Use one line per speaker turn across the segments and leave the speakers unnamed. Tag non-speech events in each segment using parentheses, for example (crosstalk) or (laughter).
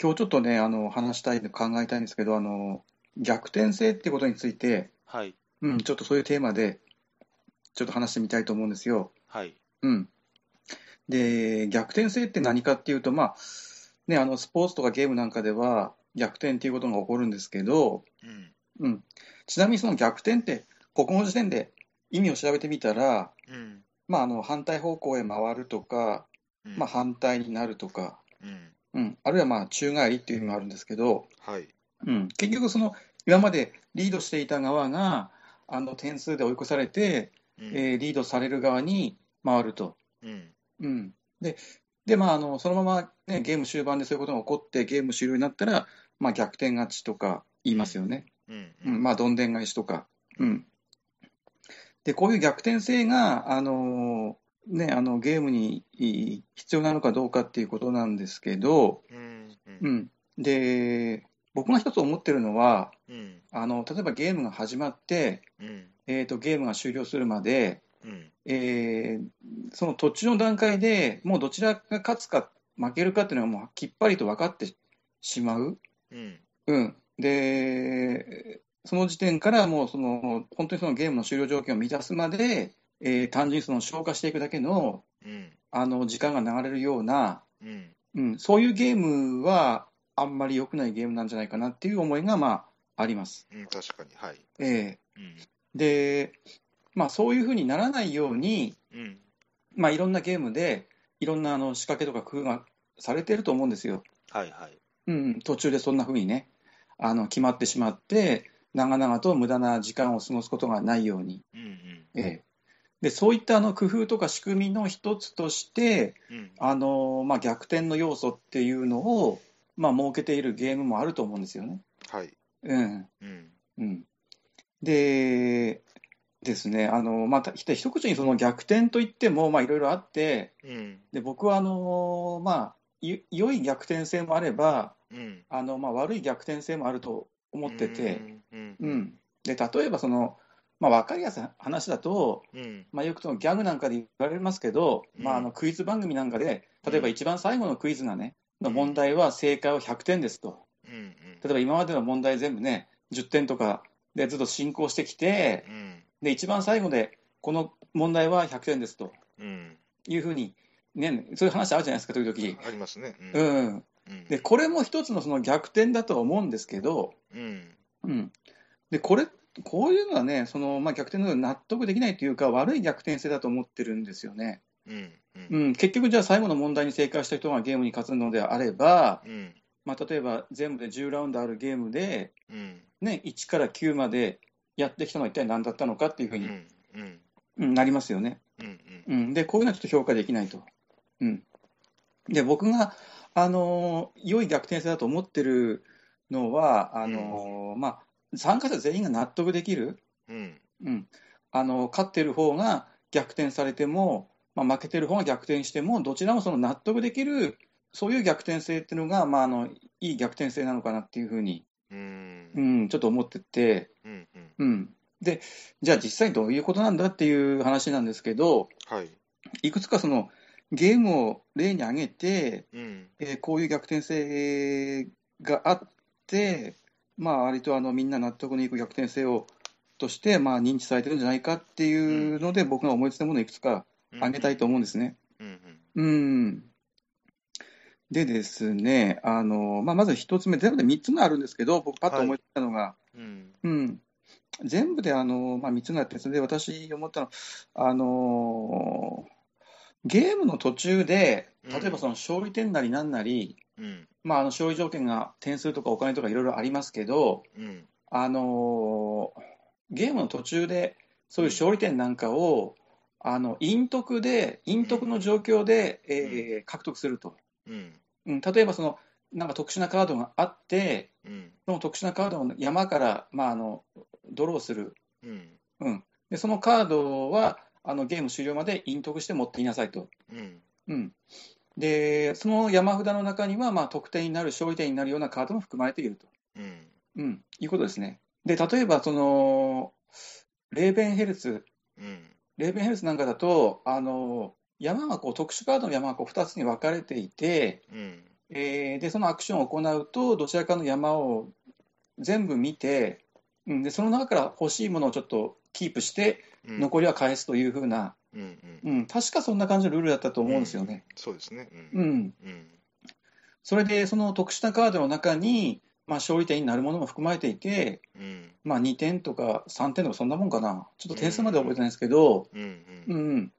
今日ちょっとね、あの、話したいの、考えたいんですけど、あの、逆転性っていうことについて、
はい、
うん、ちょっとそういうテーマで、ちょっと話してみたいと思うんですよ。
はい、
うん。で、逆転性って何かっていうと、まあ、ね、あの、スポーツとかゲームなんかでは、逆転っていうことが起こるんですけど、
う
う
ん、
ん。ちなみにその逆転って、国語辞典で意味を調べてみたら、
うん、
まあ、あの、反対方向へ回るとか、
うん
まあ、反対になるとか、
うん、
うん、あるいはまあ宙返りっていう意味もあるんですけど、
はい、
うん、結局その今までリードしていた側があの点数で追い越されて、
うん、
えーリードされる側に回ると。
うん、
うん、でで、まあ、あのそのまま、ね、ゲーム終盤でそういうことが起こってゲーム終了になったら、まあ、逆転勝ちとか言いますよね。
うん、
うん、まあ、どんでん返しとか。うん。で、こういう逆転性が、あのーね、あの、ゲームにいい必要なのかどうかっていうことなんですけど、
うん、う、
うんん。で、僕が一つ思ってるのは、
うん、
あの、例えばゲームが始まって、
うん、
えっと、ゲームが終了するまで、
うん、
えーその途中の段階でもうどちらが勝つか負けるかっていうのがもうきっぱりと分かってしまう。
うん、
うん。で、その時点からもうその、本当にそのゲームの終了条件を満たすまで、えー単純にその消化していくだけの、
うん、
あの、時間が流れるような、
うん、
うん、そういうゲームは、あんまり良くないゲームなんじゃないかなっていう思いが、まあ、あります。
うん、確かに、はい、
え
うん、
ーで、まあ、そういうふうにならないように、
うん、
まあ、いろんなゲームで、いろんなあの仕掛けとか工夫がされてると思うんですよ。
はい、はい、
うん、途中でそんな風にね、あの、決まってしまって、長々と無駄な時間を過ごすことがないように。
うん、うん、
ええで、そういったあの工夫とか仕組みの一つとして、
うん、
あの、まあ、逆転の要素っていうのを、まあ、設けているゲームもあると思うんですよね。
はい、
うん、
うん、
うん。で、ですね、あの、また、ひと一口にその逆転といっても、まあ、いろいろあって、
うん、
で、僕はあの、まあ、い良い逆転性もあれば、
うん、
あのまあ、悪い逆転性もあると思ってて、、
うん、
うんで例えばその、まあ、分かりやすい話だと、
うん、
まあ、よくそのギャグなんかで言われますけど、
うん
まあ、あのクイズ番組なんかで、例えば
うん
一番最後のクイズがね、の
うん
問題は正解は100点ですと、
うん、
例えば今までの問題全部ね、10点とかでずっと進行してきて、
うん、
で一番最後で、この問題は100点ですと
うん、
いうふうに、ね、そういう話あるじゃないですか、時々。
ありますね、う
うん、
ん、
で、これも一つのその逆転だとは思うんですけど、
うん、
うん、でこれこういうのはね、そのまあ、逆転のように納得できないというか、悪い逆転性だと思ってるんですよね。
うん、う、
うんん、結局、じゃあ最後の問題に正解した人がゲームに勝つのであれば、
うん、
まあ、例えば全部で10ラウンドあるゲームで、
うん、
ね、1から9までやってきたのは一体何だったのかっていうふう
う
に、
ん、うん、
うんなりますよね、
うん、うん、
うん。で、こういうのはちょっと評価できないと。うん、で、僕が、あのー良い逆転性だと思ってるのは、あのーまあ、参加者全員が納得できる。
うん、
うん、あの勝ってる方が逆転されても、まあ、負けてる方が逆転しても、どちらもその納得できる、そういう逆転性っていうのが、まあ、あのいい逆転性なのかなっていうふうに、
うん
う、ん、ちょっと思ってて、
うん、うん、
うん、でじゃあ、実際どういうことなんだっていう話なんですけど、
はい、
いくつかそのゲームを例に挙げて、
うん、
えーこういう逆転性があって、まあ、割とあのみんな納得のいく逆転性をとして、まあ、認知されてるんじゃないかっていうので、僕が思いついたものをいくつか挙げたいと思うんですね。
うんうん
うん、でですね、あのまあ、まず一つ目、全部で3つがあるんですけど、僕、パッと思いついたのが、
うん
うん、全部であの、まあ、3つがあって、それで私、思ったのあのゲームの途中で、例えばその勝利点なりなんなり、
うん
まあ、あの勝利条件が点数とかお金とかいろいろありますけど、
うん
あのーゲームの途中でそういう勝利点なんかを、あの陰徳で陰徳の状況で、えー獲得すると、
うん
うん、例えばそのなんか特殊なカードがあって
うん
その特殊なカードの山から、まあ、あのドローする、
うん
うん、でそのカードはあのゲーム終了まで陰徳して持っていなさいと。
うん
うんでその山札の中には、まあ、得点になる、勝利点になるようなカードも含まれていると。
うん
うん、いうことですね。で、例えば、その、レーベンヘルツ、
うん
レーベンヘルツなんかだと、あの、山がこう、特殊カードの山がこう、2つに分かれていて、
うん
えーでそのアクションを行うとどちらかの山を全部見て、うん、でその中から欲しいものをちょっとキープして
うん
残りは返すというふうな、
うんうん
うん、確かそんな感じのルールだったと思うんですよね。
そうですね。
うんん
うん
それでその特殊なカードの中に、まあ、勝利点になるものも含まれていて、
うん
まあ、2点とか3点とかそんなもんかなちょっと点数までは覚えてないですけど、
うん
う
うんん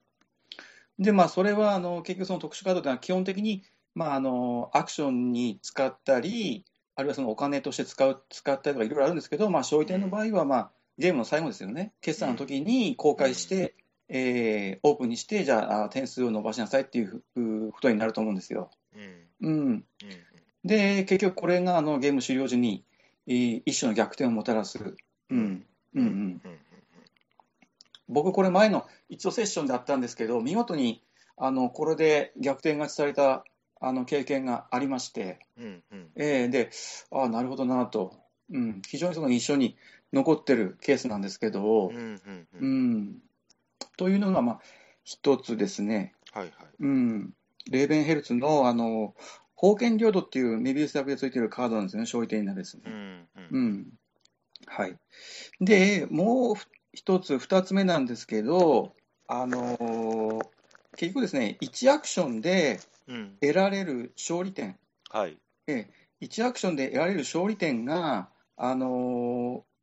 でまあそれはあの結局その特殊カードというのは基本的に、まあ、あのアクションに使ったりあるいはそのお金として使う使ったりとかいろいろあるんですけど、まあ、勝利点の場合は、まあ、ゲームの最後ですよね決算の時に公開して、えーオープンにしてじゃああ点数を伸ばしなさいっていうふうことになると思うんですよ。
うん
うん
うん
で、結局これがあのゲーム終了時に、えー一種の逆転をもたらす。うん。うんうん。
うん
僕これ前の一応セッションであったんですけど、見事にあのこれで逆転勝ちされたあの経験がありまして、
うんうん
えーで、ああ、なるほどなと。うん。非常にその印象に残ってるケースなんですけど
うんう、んう
うんん。というのが、まあ、一つですね。
はいはい。
うん、レーベンヘルツのあの封建領土っていうメビウスだけでついてるカードなんですよね、勝利点になるですね
う。んう
うんんはい、で、もうふ一つ、二つ目なんですけど、あのー結局ですね、1アクションで
うん
得られる勝利点、
はい。
1アクションで得られる勝利点が、あの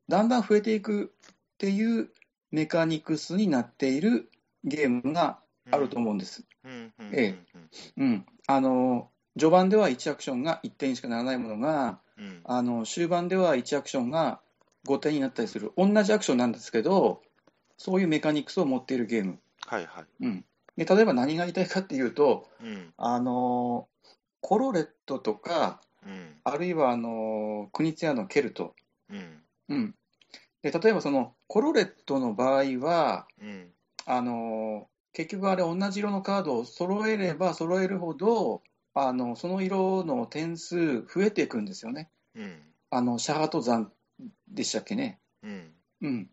ーだんだん増えていくっていうメカニクスになっているゲームがあると思うんです。
うんうん
ええうん、あの序盤では1アクションが1点にしかならないものが
うん
あの終盤では1アクションが5点になったりする同じアクションなんですけどそういうメカニクスを持っているゲーム、
はいはい。
うん、で例えば何が言いたいかっていうと
うん
あのコロレットとか
うん
あるいはあの国津屋のケルト、
うん
うん、で例えばそのコロレットの場合は
うん
あの結局あれ同じ色のカードを揃えれば揃えるほどあのその色の点数増えていくんですよね。
うん
あのシャハト山でしたっけね。
うん
うん、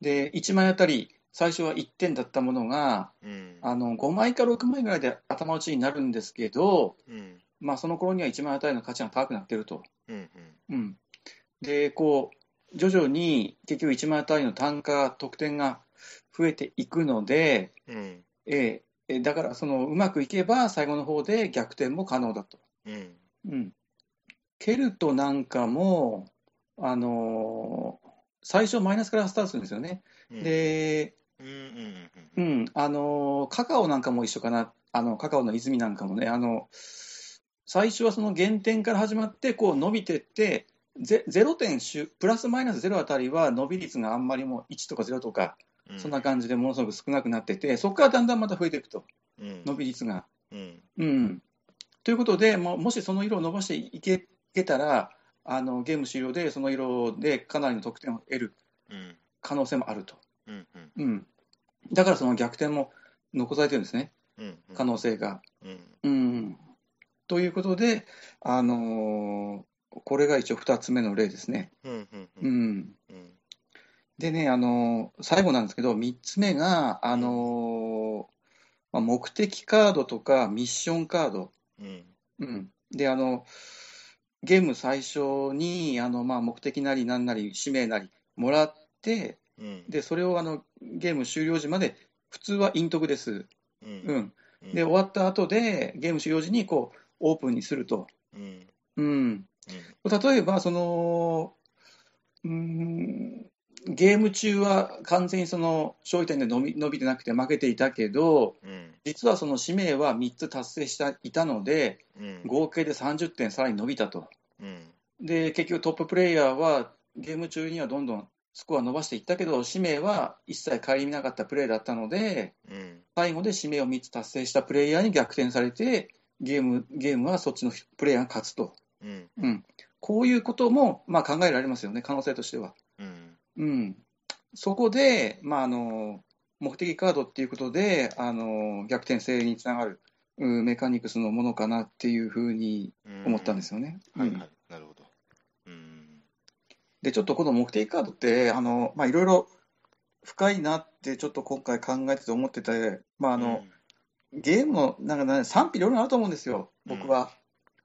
で1枚あたり最初は1点だったものが
うん
あの5枚か6枚ぐらいで頭打ちになるんですけど、
うん
まあ、その頃には1枚あたりの価値が高くなってると。
うん
うん、でこう徐々に結局1枚あたりの単価得点が増えていくので。
うんうん
えええだからそのうまくいけば最後の方で逆転も可能だと、
うん
うん、ケルトなんかも、あのー最初マイナスからスタートするんですよね、
うん
で、
うんうんう
うんんあのーカカオなんかも一緒かなあのカカオの泉なんかもねあの最初はその減点から始まってこう伸びてってゼ0点しゅプラスマイナス0あたりは伸び率があんまりもう1とか0とか
うん
そんな感じでものすごく少なくなっててそこからだんだんまた増えていくと
うん
伸び率が。
うん
うん、ということで、ももしその色を伸ばしていけいけたらあの、ゲーム終了でその色でかなりの得点を得る
うん
可能性もあると、
うんうん
うん、だからその逆転も残されてるんですね、
うんうん
可能性が。
う
う
ん
ん、ということで、あのーこれが一応2つ目の例ですね。
うんうんう
うんん、
うん
でね、あのー最後なんですけど、3つ目が、あのーまあ、目的カードとかミッションカード。
うん
うん、であのゲーム最初にあの、まあ、目的なり何なり使命なりもらって
うん
でそれをあのゲーム終了時まで普通は陰徳です、
うん
うん、
うん
で終わった後でゲーム終了時にこうオープンにすると、
うん
うん、
うん
例えばそのうーんゲーム中は完全にその勝利点で伸び伸びてなくて負けていたけど
うん
実はその使命は3つ達成したいたので
うん
合計で30点さらに伸びたと。
うん
で結局トッププレイヤーはゲーム中にはどんどんスコア伸ばしていったけど使命は一切顧みなかったプレーだったので
うん
最後で使命を3つ達成したプレイヤーに逆転されてゲームゲームはそっちのプレイヤーが勝つと、
うん
うん、こういうことも、まあ、考えられますよね可能性としては。
うん
うん、そこで、まあ、あの目的カードっていうことであの逆転性につながる、うんメカニクスのものかなっていうふうに
うん
思ったんですよね。
はい
うん
はいなるほどうん
で、ちょっとこの目的カードって、あの、まあ、いろいろ深いなって、ちょっと今回考えてて思ってて、まあ、あの、ゲームの、なんかね、賛否両論あると思うんですよ、僕は。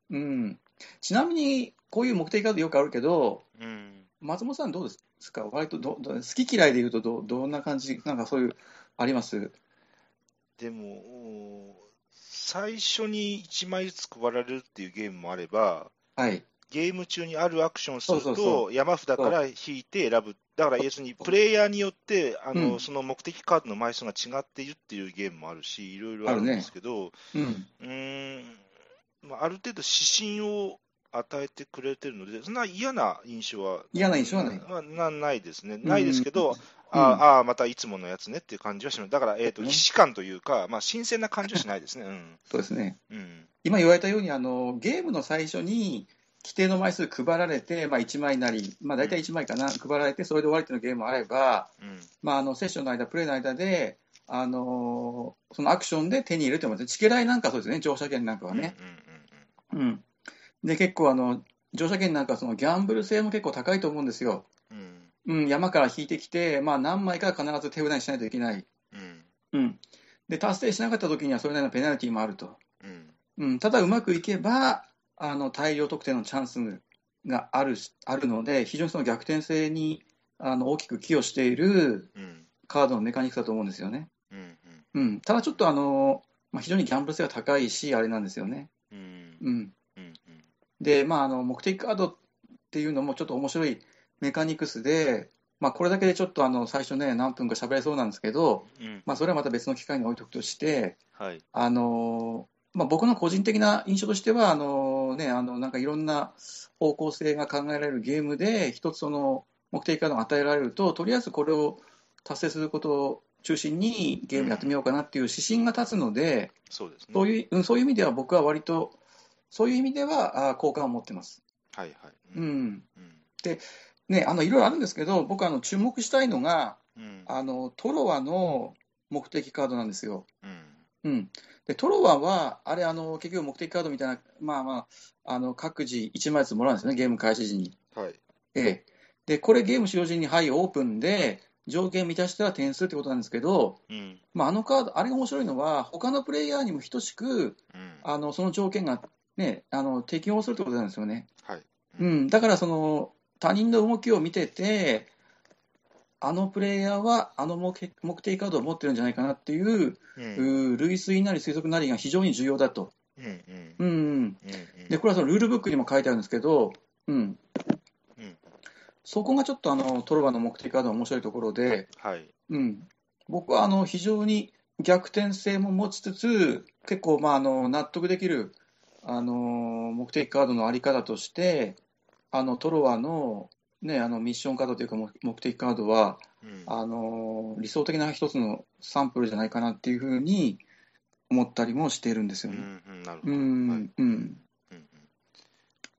うん、ちなみに、こういう目的がよくあるけど、
うん
松本さん、どうですか、割とどど好き嫌いでいうとど、どんな感じ、なんかそういう、あります
でも、おー最初に1枚ずつ配られるっていうゲームもあれば、
はい、
ゲーム中にあるアクションをする
そうそう
と、山札から引いて選ぶ、だから要するにプレイヤーによって、あ
う
の
ん
その目的カードの枚数が違っているっていうゲームもあるし、いろいろあるん
あるね
ですけど、
うん、
うーんまあ、ある程度指針を与えてくれてるので、そんな嫌な印象は、
嫌な印象はない。
まあ、なないですね、ないですけど、あ
うん
ああ、またいつものやつねっていう感じはしない、だから、えー、と
ね
既視感というか、まあ、新鮮な感じはしないですね、うん
そうですね
うん
今言われたようにあの、ゲームの最初に規定の枚数配られて、まあ、1枚なり、まあ、大体1枚かな、配られて、それで終わりっていうのゲームもあれば、
うん
まあ、あのセッションの間、プレイの間で、あのーそのアクションで手に入れるというのも、チケライなんかはそうですね、乗車券なんかはね。
うんうんうん
うん、で、結構あの、乗車券なんかはそのギャンブル性も結構高いと思うんですよ。
うん
うん、山から引いてきて、まあ、何枚か必ず手札にしないといけない。
うん
うん、で、達成しなかった時には、それなりのペナルティもあると。
うん
うん、ただうまくいけばあの大量得点のチャンスがあるしあるので非常にその逆転性にあの大きく寄与している
うん
カードのメカニクスだと思うんですよね、
うんうん
うん、ただちょっとあの、まあ、非常にギャンブル性が高いしあれなんですよね、
うん
うん、
うんうん
で、まあ、あの目的カードっていうのもちょっと面白いメカニクスで、まあ、これだけでちょっとあの最初ね何分か喋れそうなんですけど、
うん
まあ、それはまた別の機会に置いとくとして
はい
あのーまあ、僕の個人的な印象としてはあの、ね、あのなんかいろんな方向性が考えられるゲームで一つその目的カードが与えられるととりあえずこれを達成することを中心にゲームやってみようかなっていう指針が立つので
そうですね
そう
う
いう,、うん、そういう意味では僕は割とそういう意味ではあー好感を持ってます。
はいはい
う
う
んん
うん
ね、あのいろいろあるんですけど僕あの注目したいのが
うん
あのトロワの目的カードなんですよ。
うん
うん、でトロワは、あれあの、結局目的カードみたいな、まあまあ、あの各自1枚ずつもらうんですよね、ゲーム開始時に。
はい
ええ、でこれ、ゲーム使用時に、はい、オープンで、条件満たしたら点数ってことなんですけど、
うん
まあ、あのカード、あれが面白いのは、他のプレイヤーにも等しく、
うん
あのその条件が、ね、あの適用するってことなんですよね。
はい
うん、だからその、他人の動きを見てて、あのプレイヤーはあの目的目的カードを持ってるんじゃないかなっていう
うん
うー類推なり推測なりが非常に重要だと、
うんうん
うんうん、
うんうん
でこれはそのルールブックにも書いてあるんですけど、うん
うん
そこがちょっとあのトロバの目的カードの面白いところで、
はい
うん、僕はあの非常に逆転性も持ちつつ結構まああの納得できるあの目的カードのあり方としてあのトロワの,、ね、あのミッションカードというか目目的カードは
うん
あの理想的な一つのサンプルじゃないかなっていうふうに思ったりもしているんです
う
よね。
んうんなるほ
う
ど
ん、
はい
うん、
うんうん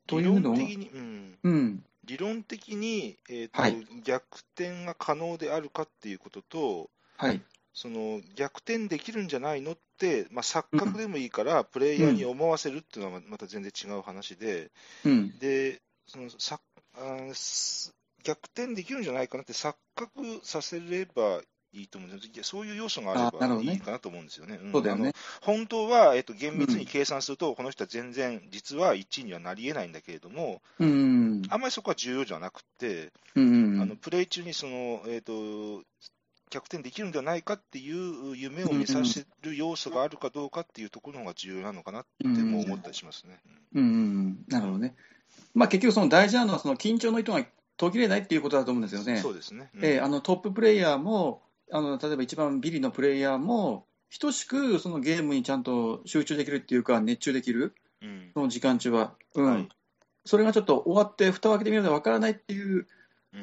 と
理
いうの
論
は
的にうん
うん、
理論的に、えーと
はい
逆転が可能であるかっていうことと、
はい、
その逆転できるんじゃないのって、まあ、錯覚でもいいから、プレイヤーに思わせるっていうのはままた全然違う話で、
うん、
でそのさあーす逆転できるんじゃないかなって錯覚させればいいと思うんですよいやそういう要素があ
あな
れ
る
ば
ほどね
いいかなと思うんですよね。ん
そうだよ
あ
ね
の。本当は、えっと厳密に計算すると、この人は全然、実は1位にはなりえないんだけれども、
うん、
あんまりそこは重要じゃなくて、
うん、
あのプレイ中にその、えー、と逆転できるんではないかっていう夢を見させる要素があるかどうかっていうところの方が重要なのかなっても思ったりしますね。
うん、なるほどね。まあ結局その大事なのはその緊張の糸が途切れないっていうことだと思うんですよね
そ。うですね。うん
ええあのトッププレイヤーもあの例えば一番ビリのプレイヤーも等しくそのゲームにちゃんと集中できるっていうか熱中できる
うん
その時間中は、うん
はい
それがちょっと終わって蓋を開けてみるとわからないっていう,、
うん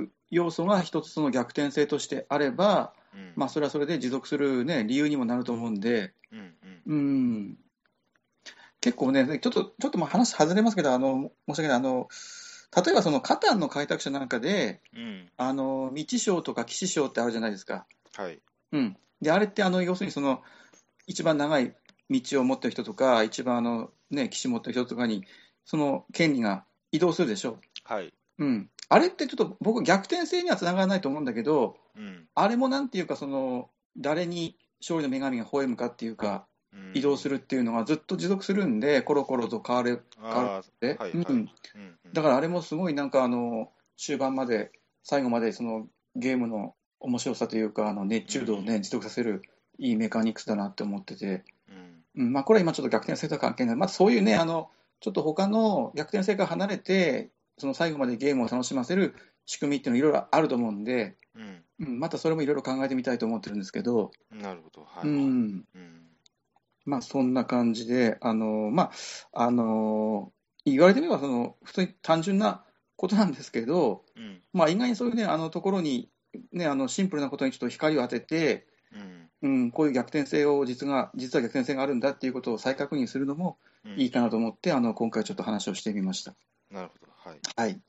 うー要素が一つその逆転性としてあれば、
うん
まあ、それはそれで持続する、ね、理由にもなると思うんで。
うんうん
うん結構ね、ちょっとちょっともう話外れますけど、あの申し訳ないあの、例えばそのカタンの開拓者なんかで、
うん
あの道章とか騎士章ってあるじゃないですか、
はい
うん、であれってあの要するにその一番長い道を持ってる人とか、一番あの、ね、騎士持ってる人とかに、その権利が移動するでしょ
はい。
う、うん、あれってちょっと僕、逆転性にはつながらないと思うんだけど、
うん
あれもなんていうか、その誰に勝利の女神が吠えむかっていうか。
う
移動す
る
るっていうのがずっと持続するんで、コロコロと変わる
変
わって、
はい
うん
はいうんうん
だからあれもすごいなんかあの終盤まで、最後までそのゲームの面白さというか、あの熱中度をね、持続させるいいメカニクスだなって思ってて、
うん
うんまあ、これは今ちょっと逆転性とは関係ない、まあ、そういうね、あのちょっと他の逆転性から離れて、その最後までゲームを楽しませる仕組みっていうのいろいろあると思うんで、う
う
ん、またそれもいろいろ考えてみたいと思ってるんですけど、
んなるほど、は
う
い。
ん、
うん
まあそんな感じで、あのまあ、あの言われてみればその普通に単純なことなんですけど、
うん
まあ、意外にそういうね、あのところに、ね、あのシンプルなことにちょっと光を当てて、
うん
うん、こういう逆転性を実が、実は逆転性があるんだっていうことを再確認するのも
うん
いいかなと思って、あの今回ちょっと話をしてみました。
なるほど、はい。
はい。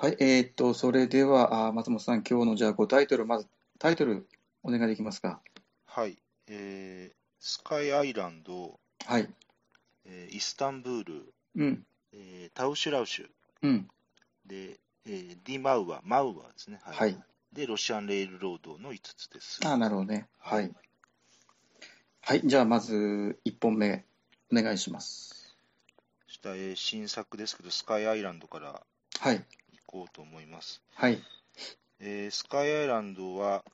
はい、えーっと、それでは、あー松本さん、今日のじゃあ、タイトル、まず、タイトル、お願いできますか。
はい、えースカイアイランド、
はい。
えーイスタンブール、
うん、
えータウシュラウシュ、
うん、
で、えーディマウア、マウアですね。は
はい。
で、ロシアンレールロードの5つです。
ああ、なるほどね。はい。はい、じゃあ、まず、1本目、お願いします。
そしたらえー新作ですけど、スカイアイランドから
はい、
行こうと思います。
はい、
えースカイアイランドは、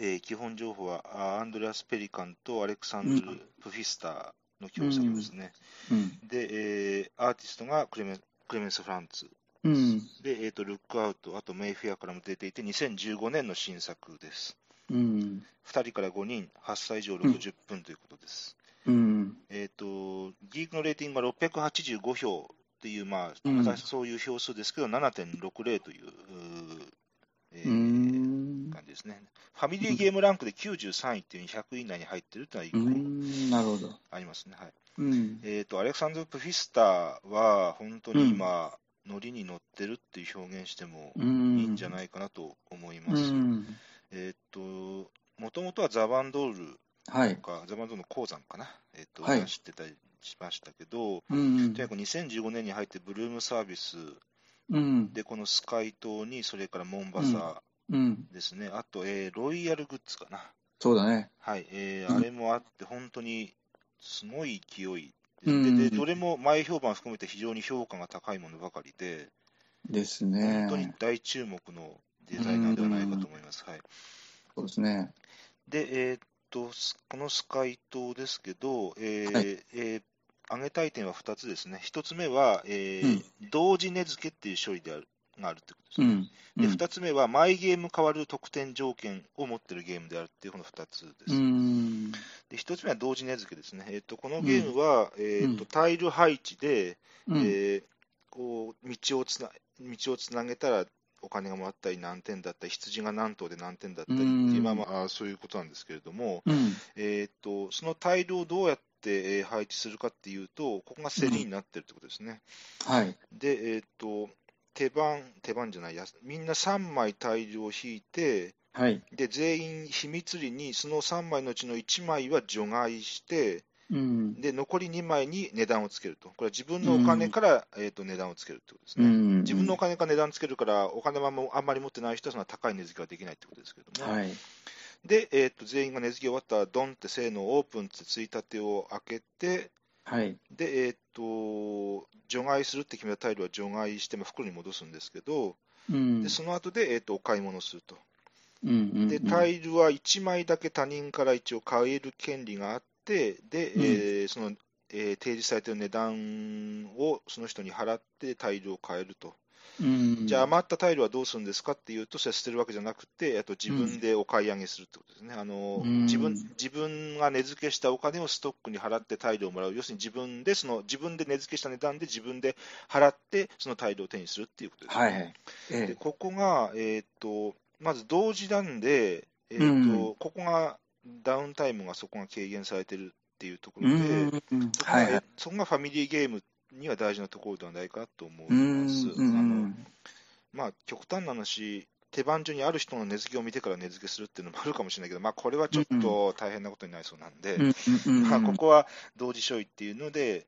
えー基本情報はあーアンドレアス・ペリカンとアレクサンド
う
ル・プフィスターの共作ですね。
うん、
で、えーアーティストがクレメクレメンス・フランツ。
うん、
で、えーと、ルックアウト、あとメイフェアからも出ていて、2015年の新作です。
うん、
2人から5人、8歳以上60分ということです。
うん、
えっ、と、ギークのレーティングが685票っていう、まあ、
うん
私そういう票数ですけど、7.60という、うーえ
う
ー
ん、
感じですね。ファミリーゲームランクで93位っていう100位以内に入ってるっていう
う
のは
ん、なるほど。
ありますね。はい。
うん、
えっ、と、アレクサンドル・プフィスターは、本当に今、ノリに乗ってるっていう表現しても
う
い
ん、
いんじゃないかなと思いま
う
す。
ん、
えっ、と、もともとはザバンドール
はい
と、か、ザバンドールの鉱山かな、えっ、と、
はい
出してたりしましたけど、
うん
とに、かく2015年に入ってブルームサービス
うん、
でこのスカイ島にそれからモンバサ
うん、
ですね、あと、えーロイヤルグッズかな、
そうだね。
はいえ
う
ー、
ん
あれもあって本当にすごい勢い
う
で
ん
ででどれも前評判含めて非常に評価が高いものばかりで
です
本当に
ね。
大注目のデザイナーではないかと思います。はい、
そうですね。
で、えーっと、すこのスカイ島ですけど、えー
は
えー挙げたい点は2つですね。1つ目は、えー同時値付けっていう処理であるがあるってことです
う
ね。
ん。
で、2つ目は、毎ゲーム変わる得点条件を持ってるゲームであるっていうこの2つで
う
す。
ん。
で、1つ目は同時値付けですね。えーっと、このゲームは、えーっと、タイル配置で、
うん。
えーこう、道をつな、道をつなげたら、お金がもらったり何点だったり、羊が何頭で何点だったりっていう、
うん
まあまあ、あーそういうことなんですけれども、
うん。
えーっと、そのタイルをどうやってえー配置するかっていうと、ここが競りになってるってことですね。
はい。
で、えーっと、手番、手番じゃないや、みんな3枚タイルを引いて、
はい。
で、全員秘密裏に、その3枚のうちの1枚は除外して、
うん。
で、残り2枚に値段をつけると。これは自分のお金から、えーっと、値段をつけるってことです
う
ね。
ん。
自分のお金から値段つけるから、お金はもうあんまり持ってない人はそんな高い値付けはできないってことですけれども。
はい。
で、えー、と全員が値付け終わったら、ドンってせーのオープンってついたてを開けて、
はい。
で、えっ、と、除外するって決めたタイルは除外して、まあ、袋に戻すんですけど、
うん
で。その後で、えっ、と、お買い物すると。
うん。
で、タイルは1枚だけ他人から一応買える権利があって、で、えーその、えー提示されてる値段をその人に払ってタイルを買えると。
うん。
じゃあ余ったタイルはどうするんですかっていうと、それは捨てるわけじゃなくて、えっと自分でお買い上げするってことですね。あの
うん
自分自分が値付けしたお金をストックに払ってタイルをもらう、要するに自分でその自分で値付けした値段で自分で払って、そのタイルを手にするっていうことですね。
はい。はい。
で
え
ここが、えーっとまず同時なんで、えーっと
う
ここがダウンタイムがそこが軽減されてるっていうとこ
え。
ろで、
うん。
そこが
はい。はい。
そこがファミリーゲームには大事なところではないかと思いうます。あの
ん。
まあ、極端な話、手番所にある人の値付けを見てから値付けするっていうのもあるかもしれないけど、まあ、これはちょっと大変なことになりそうなんで、
うん。
まあ、ここは同時処理っていうので、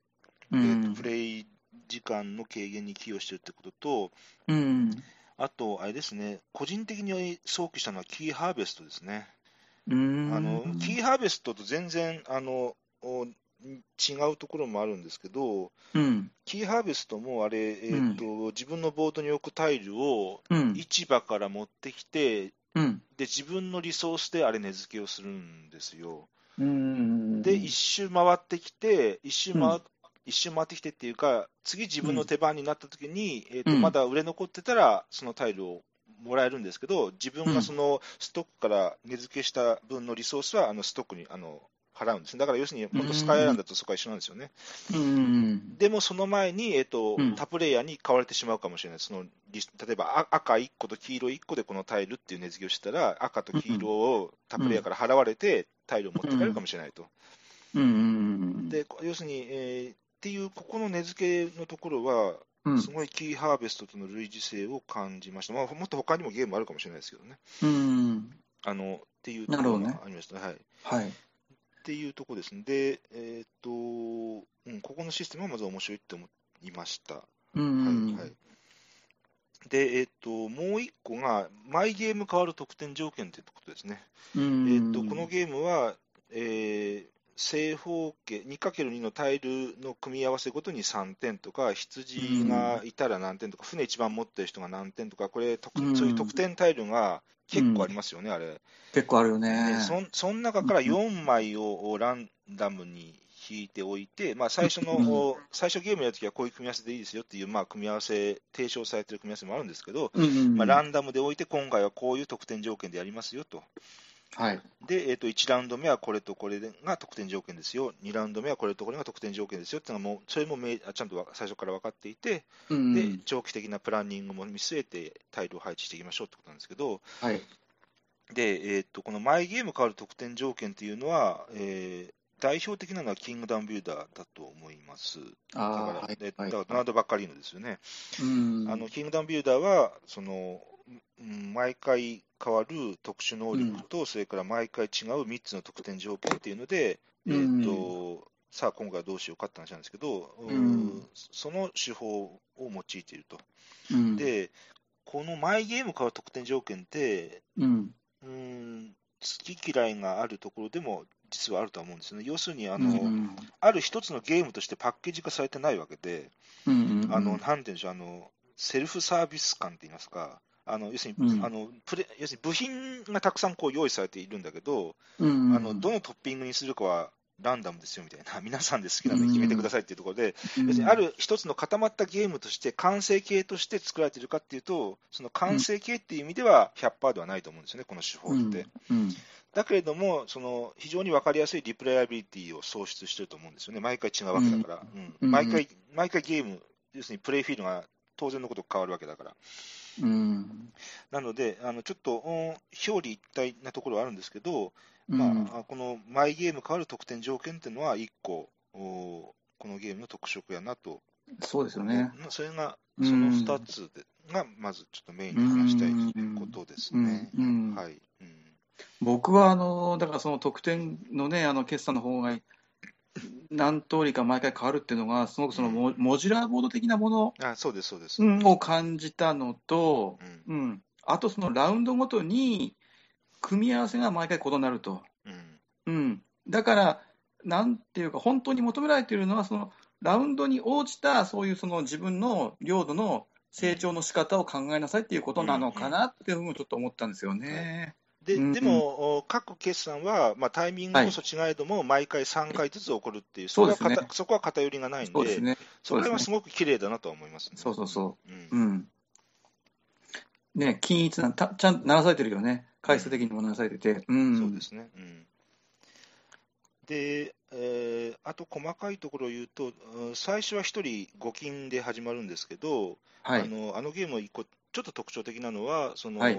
う
えーと
ん
プ。レイ時間の軽減に寄与してるってことと、
うん。
あと、あれですね、個人的に想起したのはキーハーベストですね。
うーん
あのキーハーベストと全然あのお違うところもあるんですけど、
うん
キーハーベストもあれ、えーと自分のボードに置くタイルを
うん
市場から持ってきて、
うん
で自分のリソースであれ、値付けをするんですよ。
うん
で、一周回ってきて、一周回,、一周回ってきてっていうか、次、自分の手番になった時に、えーと
うん
まだ売れ残ってたら、そのタイルをもらえるんですけど、自分がそのストックから値付けした分のリソースは、あのストックにあの払うんですね。だから要するに、本当、スカイアイランドとそこは一緒なんですよね。
うん
でもその前に、えっと
うん
他プレイヤーに買われてしまうかもしれない、そのリス例えばあ赤1個と黄色1個でこのタイルっていう値付けをしてたら、赤と黄色を他プレイヤーから払われて、タイルを持ってかれるかもしれないと。
うんうん
でこ要するに、えーっていう、ここの値付けのところは、
うん
すごいキーハーベストとの類似性を感じました、まあ、もっと他にもゲームあるかもしれないですけどね。
うん
あのっていうとこ
なるほ
ろ
ど
が
ね
ありましたね。はい
はい
っていうところですね。で、えーっと、うん、ここのシステムはまず面白いって思いました。
うん
はいはい、で、えーっと、もう一個が、マイゲーム変わる得点条件ということですね。
うん
えーっと、このゲームは、えー正方形 2×2 のタイルの組み合わせごとに3点とか、羊がいたら何点とか、船一番持ってる人が何点とか、これ、得
うん
そういう得点タイルが結構ありますよね、あれ。
結構あるよ
で
ね
そんその中から4枚をランダムに引いておいて、まあ、最初の最初ゲームやるときはこういう組み合わせでいいですよっていう、まあ、組み合わせ、提唱されてる組み合わせもあるんですけど、
うん
まあ、ランダムで置いて、今回はこういう得点条件でやりますよと。
はい
で、えー、と1ラウンド目はこれとこれが得点条件ですよ、2ラウンド目はこれとこれが得点条件ですよっていうのはもう、それもめあちゃんとわ最初から分かっていて、
うん
で、長期的なプランニングも見据えて、タイルを配置していきましょうってことなんですけど、
はい
で、えーっと、このマイゲーム変わる得点条件っていうのは、えー代表的なのはキングダムビルダーだと思います。だから、
ああはい
で
は
だ
い
からドナルド・バッカリーノですよね。
うん
あのキングダムビルダーは、その、うん毎回変わる特殊能力と、それから毎回違う3つの得点条件っていうので、えーっと、さあ今回はどうしようかって話なんですけど、
ん
その手法を用いていると。
うん
で、このマイゲーム変わる得点条件って、
うん
うーん好き嫌いがあるところでも実はあるとは思うんですよね。要するにあ
あ
の、ある一つのゲームとしてパッケージ化されてないわけで、あのなんて言うんでしょうあの、セルフサービス感って言いますか、あの要するに,、
うん
あのプレ要するに部品がたくさんこう用意されているんだけど、あの、どのトッピングにするかはランダムですよみたいな、 (laughs) 皆さんで好きなので決めてくださいっていうところで、要するにある一つの固まったゲームとして、完成形として作られているかっていうと、その完成形っていう意味では100%ではないと思うんですよね、この手法って。
うん
だけれども、その非常に分かりやすいリプレイアビリティを創出してると思うんですよね、毎回違うわけだから、うん
うん
毎回毎回ゲーム、要するにプレイフィールドが当然のこと変わるわけだから、
うん
なので、あのちょっと、うん表裏一体なところはあるんですけど、
うん
まあ、このマイゲーム変わる得点条件っていうのは、一個、おこのゲームの特色やなと、
そうですよね
うんそれが、
うん
その2つでがまずちょっとメインに話したいことですね。
うんうん
はいうん
僕はあのだからその得点のねあの決算の方が何通りか毎回変わるっていうのがすごくそのモ,、モジュラーボード的なもの
あそうです、そうです。
うんを感じたのと、
うん
うん、あとそのラウンドごとに組み合わせが毎回異なると、
うん
うん、だからなんていうか本当に求められているのはそのラウンドに応じたそういうその自分の領土の成長の仕方を考えなさいっていうことなのかなっていうふうにちょっと思ったんですよね。
で
うん
でも、お各決算は、まあ、タイミングこそ違えども、毎回3回ずつ起こるっていう、
そうで
こは
すね
片そこは偏りがないん
そうです
で、
ね。
そ
そうで
れ
す
は
ね。
すごく綺麗だなとは思いますね。
そうそうそうう。うんん。ね均一な、たちゃんと流されてるよね。回数的にも流されてて。うん。
そうで。すね。うんで、えーあと細かいところを言うと、うん最初は1人5金で始まるんですけど、
は
あ
い。
のあのゲームの一個、ちょっと特徴的なのは、その
はい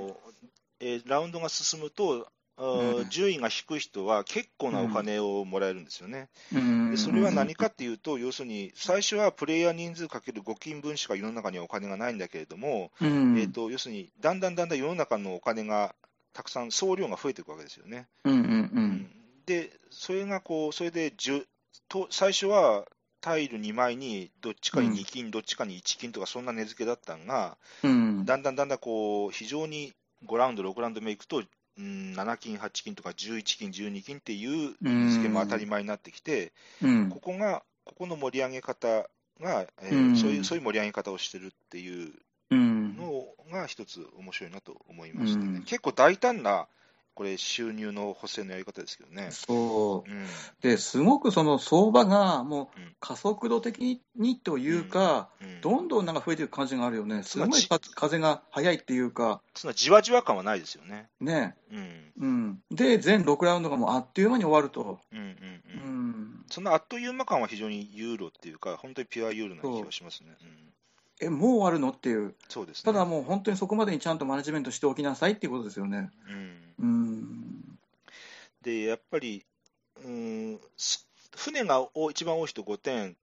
えーラウンドが進むと、あー
うん
順位が低い人は結構なお金をもらえるんですよね。
うん
でそれは何かっていうと、要するに最初はプレイヤー人数かける5金分しか世の中にはお金がないんだけれども、
うん。
えー、と要するにだんだんだんだん世の中のお金がたくさん、総量が増えていくわけですよね。
うんうん
で、それがこう、それで10と最初はタイル2枚にどっちかに2金、どっちかに1金とか、そんな値付けだったんが、
うん。うん。
だんだんだんだんこう非常に5ラウンド、6ラウンド目いくと、うん、7金、8金とか11金、12金っていう利付けも当たり前になってきて、
うん
ここが、ここの盛り上げ方が、えー
うん
そういう、そういう盛り上げ方をしてるっていう
うん
のが一つ面白いなと思いましたね。
うん
結構大胆な、これ、収入の補正のやり方ですけどね。
そう
うん、
ですごくその相場がもう
うん
加速度的にというか、
うん、
どんどんなんか増えていく感じがあるよね、すごい
つま
か風が速いっていうか、
そのじわじわ感はないですよね。
ね
うん、
うん、で、全6ラウンドがもうあっという間に終わると、
うん、うん、
う
うん。
ん、
そのあっという間感は非常にユーロっていうか、本当にピュアユーロな気がしますね。うん、
え、もう終わるのっていう、
そうですね。
ただもう本当にそこまでにちゃんとマネジメントしておきなさいっていうことですよね。
うん
うん、
で、やっぱり、うーん、す船がお一番多い人5点、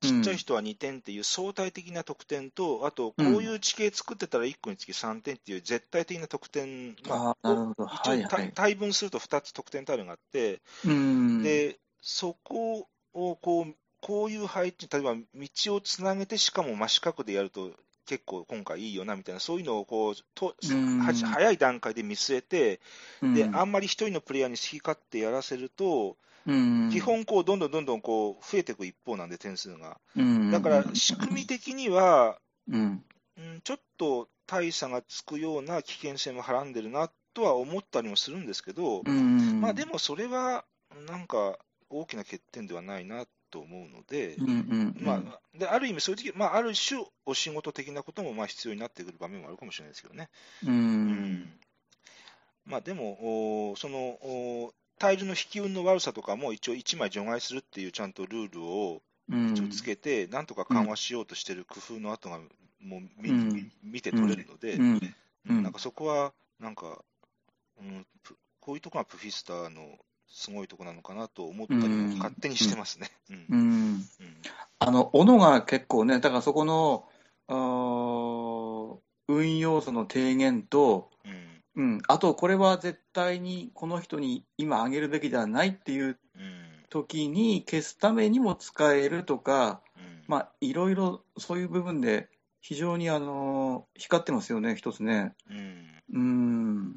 ちっちゃい人は2点っていう相対的な得点と、あと、こういう地形作ってたら1個につき3点っていう絶対的な得点、ま
あーなるほど、
あ、
はい
一応、た
はい。
対分すると2つ得点タイルがあって、
うん、
で、そこをこう、こういう配置、例えば道をつなげて、しかも真四角でやると、結構今回いいよなみたいな、そういうのをこうと
うん
は早い段階で見据えて、
うん
であんまり一人のプレイヤーに好き勝手やらせると、
うん
基本、こうどんどんどんどんこう増えていく一方なんで、点数が。
うん
だから仕組み的には、
うん
うん、ちょっと大差がつくような危険性もはらんでるなとは思ったりもするんですけど、
うん
まあでもそれはなんか大きな欠点ではないなと思うので、
うんうんうん
まあ、である意味、そういう時、まあ、ある種、お仕事的なこともまあ必要になってくる場面もあるかもしれないですけどね。
う
うんまあ、でも、おーそのおータイルの引き運の悪さとかも一応1枚除外するっていうちゃんとルールを
うん
一応つけて、なんとか緩和しようとしてる工夫の跡がもう見,、
うん
見て取れるので、
うんうん
なんかそこは、なんか、うん、プこういうとこがプフィスターのすごいとこなのかなと思ったり
う
も
ん
勝手にしてますね。うん
うん
うん
あの斧が結構ね、だからそこのあー運用素の低減と、
うん
うん、あとこれは絶対にこの人に今あげるべきではないっていう
うん
時に消すためにも使えるとか、
うん
まあ、いろいろそういう部分で非常にあの光ってますよね、一つね。
うん
うん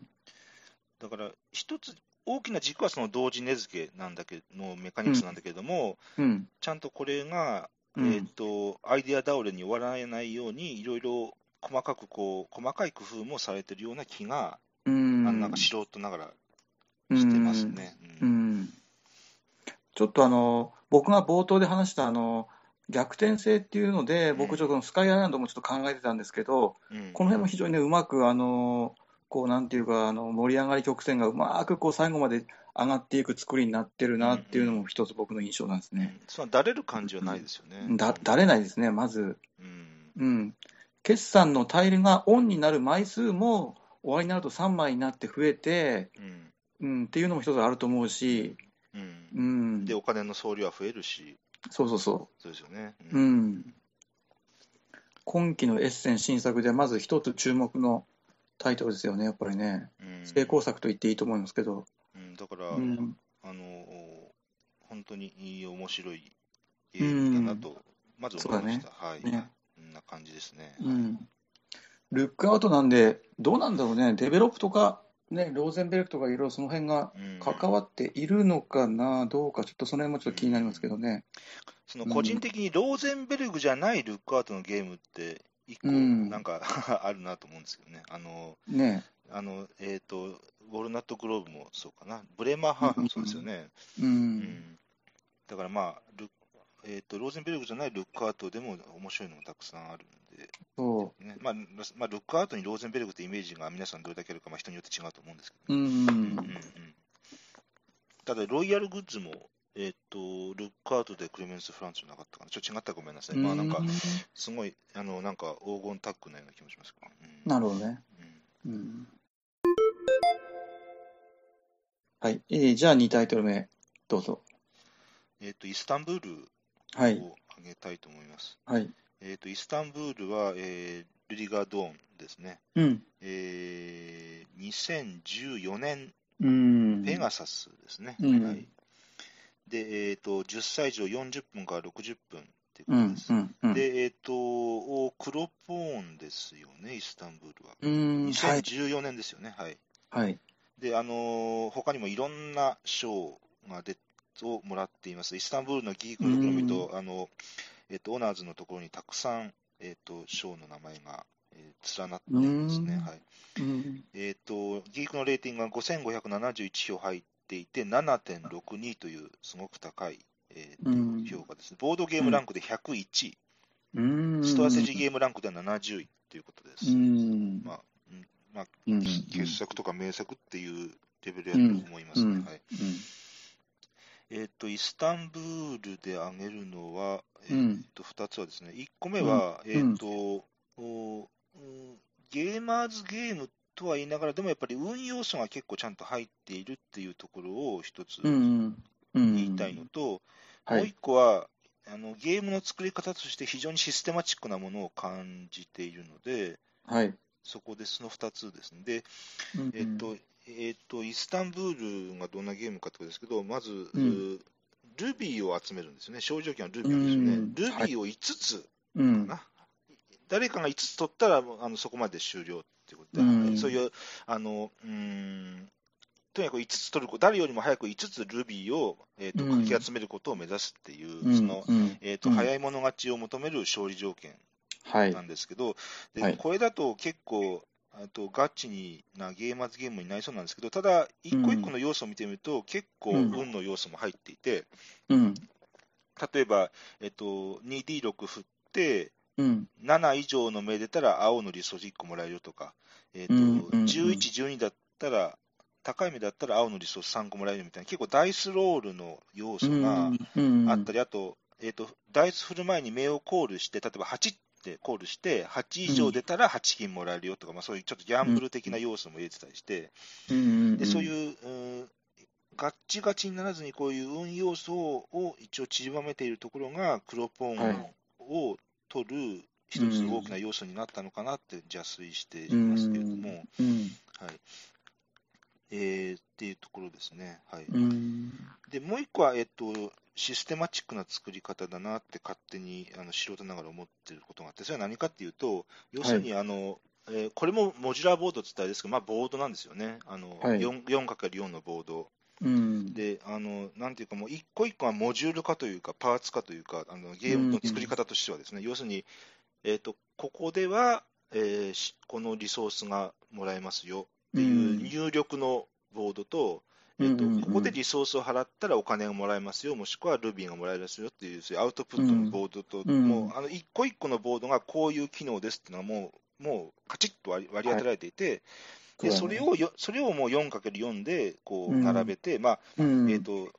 だから、一つ大きな軸はその同時値付けなんだけのメカニクスなんだけれども、
うん
ちゃんとこれが、
うん
えー、とアイデア倒れに終わらないように、いろいろ細かくこう細かい工夫もされてるような気が、
うん
あなんか素人ながらしてますね。う
うんんちょっとあの僕が冒頭で話したあの逆転性っていうので、
うん
僕、ちょっとこのスカイアイランドもちょっと考えてたんですけど、
うん
この辺も非常にね、うまく、あのこうなんていうか、あの盛り上がり曲線がうまくこう最後まで上がっていく作りになってるなっていうのも、一つ僕の印象なんですね。
そのだれる感じはないですよね。
だだれないですね、まず、
うん
うん、決算のタイルがオンになる枚数も、終わりになると3枚になって増えて、
うん
うん、っていうのも一つあると思うし、
うん
うん、
で、お金の総量は増えるし、
そうそうそ
そうですよね。
う。うん。今期のエッセン新作で、まず一つ注目のタイトルですよね、やっぱりね。
うん
成功作と言っていいと思いますけど。
うんだから、
うん。
あの本当にいい面白いゲームだなと、まず思いました。はい、
ね
こんな感じですね。
うん。ルックアウトなんで、どうなんだろうね、デベロップとか、ね、ローゼンベルクとかいろいろその辺が
うん
関わっているのかな、どうか、ちょっとその辺もちょっと気になりますけどね。
その個人的にローゼンベルグじゃないルックアウトのゲームって、一個、
うん
なんか (laughs) あるなと思うんですけどね、あの、
ね
あのえっ、と、ウォルナットグローブもそうかな、ブレーマーハーフもそうですよね、
う
うん
ん。
だからまあ、ルックえー、とローゼンベルグじゃないルックアウトでも面白いのもたくさんあるんで、
そ
ねまあまあ、ルックアウトにローゼンベルグってイメージが皆さんどれだけあるか、まあ、人によって違うと思うんですけどね。
う。う
うんうん
ん。
ただ、ロイヤルグッズも、えっ、と、ルックアウトでクレメンス・フランスじゃなかったかな。ちょっと違ったらごめんなさい。まあなんか
う、
すごい、あの、なんか黄金タッグのような気もしますけど。うん
なるほどね。
うん
うんはい、えーじゃあ2タイトル目、どうぞ。
えっ、と、イスタンブール
はい、
を挙げたいと思います。
はい。
えっ、と、イスタンブールは、えールリガー・ドーンですね。
うん。
えー、2014年、
うん。
ペガサスですね。
うん
はい、で、えっ、と、10歳以上40分から60分っていう
う
こと
ん
です。、
うん、うん。
で、えっ、と、お黒ポーンですよね、イスタンブールは。
うん、はい、
2014年ですよね、はい。
はい。
で、あのー他にもいろんな賞がでをもらっています。イスタンブールのギークの組と、あの、えっと、オナーズのところにたくさん、えっと、賞の名前が、えー連なっていますね。
うん
はい。
うん
えっと、ギークのレーティングが5571票入っていて、7.62という、すごく高い、えー
うん
評価です。ボードゲームランクで101位、
うん
ストアセジゲームランクでは70位ということです。
うん
まあ、うんまあ、
うんうん
傑作とか名作っていうレベルやと思います
う
ね。
ん
はいえっと、イスタンブールで挙げるのは、え
うん
っと、2つはですね、1個目は、えっと、おうんゲーマーズゲームとは言いながら、でもやっぱり運要素が結構ちゃんと入っているっていうところを一つ
うんうんうん
言いたいのと、
は
もう
い
1個はあの、ゲームの作り方として非常にシステマチックなものを感じているので、
はい
そこでその2つですね。で、
うん
えっと、えっと、イスタンブールがどんなゲームかってことですけど、まず、
ん
ルビーを集めるんですよね。少女期はルビーですよね。
うん
ルビーを5つ
う
か
ん
な。誰かが5つ取ったら、あのそこまで終了っていうことで、
うん
そういう、あの、うーん、とにかく5つ取ること、誰よりも早く5つルビーを、えっと、
うん
かき集めることを目指すっていう、
うん
その、
うん
えっと、
うん
早い者勝ちを求める勝利条件
はい
なんですけど、で
はい
これだと結構、あとガチになゲーマーズゲームになりそうなんですけど、ただ、一個一個の要素を見てみると、結構、
うん
運の要素も入っていて、
うん
例えば、えっと、2D6 振って、
うん
7以上の目出たら青のリソース1個もらえるよとか、えっと
うんうんうん
11、12だったら、高い目だったら青のリソース3個もらえるみたいな、結構ダイスロールの要素があったり、あと、えっと、ダイス振る前に目をコールして、例えば8ってコールして、8以上出たら8金もらえるよとか、まあ、そういうちょっとギャンブル的な要素も入れてたりして、
り
でそう
う
いう、うんガッチガチにならずに、こういう運要素を一応散りばめているところが、黒ポ
は
ン
い
を取る一つの大きな要素になったのかなって邪推してい
ん
ますけれども、
うん
はいえーっていうところですね。はい、
うん
でもう一個は、えっと、システマチックな作り方だなって勝手にあの素人ながら思ってることがあって、それは何かっていうと、要するにあの、えーこれもモジュラーボードって言ったらあれですけど、まあ、ボードなんですよね、あの
はい
4- 4×4 のボード。
うん
であの、なんていうか、もう一個一個はモジュール化というか、パーツ化というか、あのゲームの作り方としてはですね、要するに、えっとここでは、えーしこのリソースがもらえますよっていう入力のボードと、えっと
うんうんうん
ここでリソースを払ったらお金がもらえますよ、もしくはルビーがもらえますよっていう、そういうアウトプットのボードと、
うん
もうあの一個一個のボードがこういう機能ですっていうのはもう、もうカチッと割り割り当てられていて、でそれをよそれをもう 4×4 でこう
うん
並べて、まあ
うん
えっと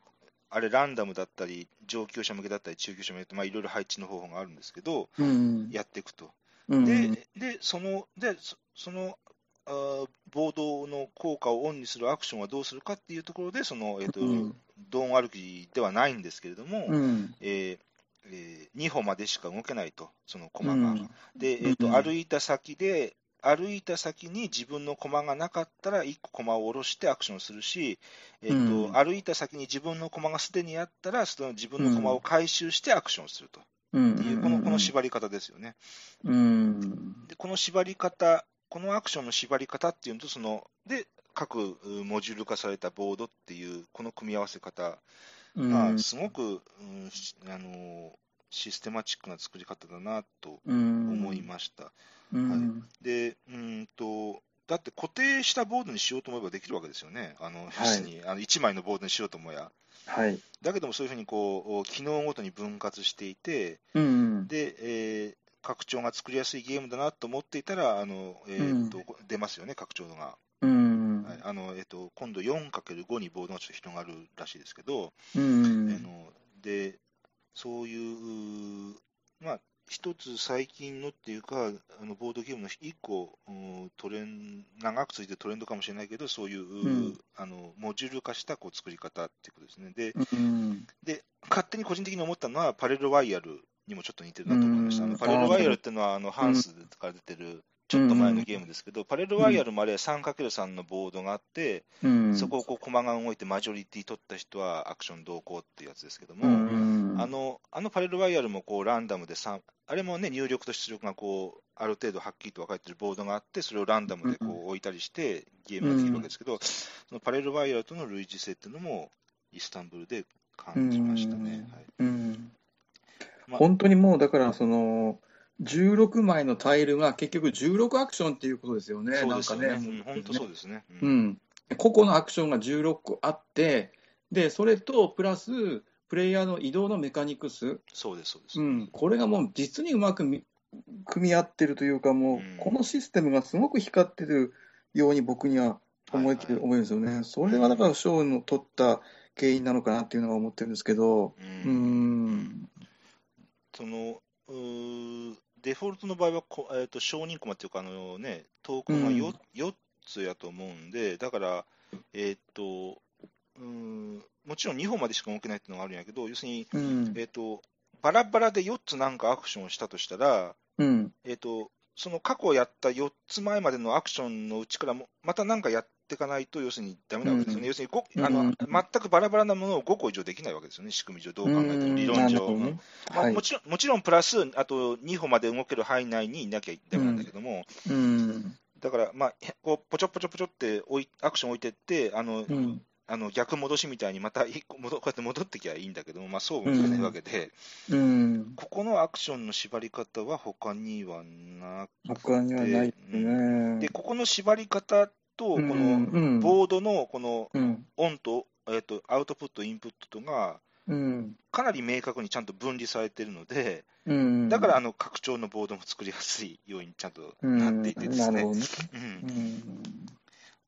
あれ、ランダムだったり、上級者向けだったり、中級者向けとまあいろいろ配置の方法があるんですけど、
うん
やっていくと。
うん
で、でそのでそそのあーボードの効果をオンにするアクションはどうするかっていうところで、そのえっと
うん
ドン歩きではないんですけれども、
うん
えーえ2歩までしか動けないと、その駒
う
が。
ん
で、えっと
うん
歩いた先で、歩いた先に自分の駒がなかったら、1個駒を下ろしてアクションするし、えっと
うん
歩いた先に自分の駒がすでにあったら、その自分の駒を回収してアクションすると
うん
いう、このこの縛り方ですよね。
うん
で、この縛り方、このアクションの縛り方っていうのと、その、で、各うモジュール化されたボードっていう、この組み合わせ方
うん
が、すごく、うんしあのシステマチックな作り方だなと思いました。
うん
で、うーんと、だって固定したボードにしようと思えばできるわけですよね。あの、要するに、あの1枚のボードにしようと思えば。
はい
だけども、そういうふうにこう、機能ごとに分割していて、
うん
で、えー拡張が作りやすいゲームだなと思っていたら、あのえーと出ますよね、拡張が。
うん
はいあのえー、と今度 4×5 にボードがちょっと広がるらしいですけど、
う
あ
ん
のでそういう、まあ、一つ最近のっていうか、あのボードゲームの一個、うんトレン長く続いてるトレンドかもしれないけど、そういう、
うん
あのモジュール化したこう作り方っていうことですね。で
うん
で、勝手に個人的に思ったのは、パレルワイヤルにもちょっと似てるなと思いました。あ
うん
のパレルワイヤルっていうのは、あのハンスから出てる、ちょっと前のゲームですけど、パレルワイヤルもあれ、3×3 のボードがあって、
うん
そこをこう駒が動いて、マジョリティ取った人はアクション同行っていうやつですけど
う
も、
んうん
あのあのパレルワイヤルもこうランダムでさん、あれもね、入力と出力がこうある程度はっきりと分かれてるボードがあって、それをランダムでこ
うん
う置いたりして、ゲームができるわけですけど、そのパレルワイヤルとの類似性っていうのも、イスタンブルで感じましたね。
うん
はい
うん
まあ
本当にもうだからその16枚のタイルが結局16アクションっていうことですよね、
そう
な
で
んか
すよね、
ね。
うん本当そうですね。う
うんん、個々のアクションが16個あって、でそれとプラス、プレイヤーの移動のメカニクス、
そうです、そうです。
うん、これがもう実にうまくみ組み合ってるというか、も
う
う
ん
このシステムがすごく光ってるように僕には思えて
はいはい
思えるんですよね、それがだから賞の取った原因なのかなっていうのは思ってるんですけど、う
うん
ん、
そのうーデフォルトの場合はこ、えー、と小人コマっていうか、あのね、トークンが 4,、四つやと思うんで、だから、えっ、とうーん、もちろん2本までしか動けないっていうのがあるんやけど、要するに、
うん
えっ、と、バラバラで4つなんかアクションをしたとしたら、
うん、
えっ、と、その過去やった4つ前までのアクションのうちからも、またなんかやっていかないと、要するにダメなわけですよね。
うん
要するにごあの、
うん
全くバラバラなものを5個以上できないわけですよね、仕組み上、どう考えても、理
うん
論上。
なるほどね
まあ
はい
もちろん、もちろんプラス、あと2歩まで動ける範囲内にいなきゃダメなんだけども、
うん
だから、まあ、へこうポチョポチョポチョって置いアクション置いてって、あ
う
の
ん
あの逆戻しみたいにまた一個戻こうやって戻ってきゃいいんだけども、まあ、そうもいかないわけで、
うん、
ここのアクションの縛り方は他にはな
他にはないです
く
ね。
て、ここの縛り方と、この
の
ボードのこの
うん
オンと,、えっとアウトプット、インプットとが、
うん
かなり明確にちゃんと分離されてるので、
うん、
だからあの拡張のボードも作りやすいようにちゃんと
うん
なっていてです
なる
ね、
ほどね
うん
うん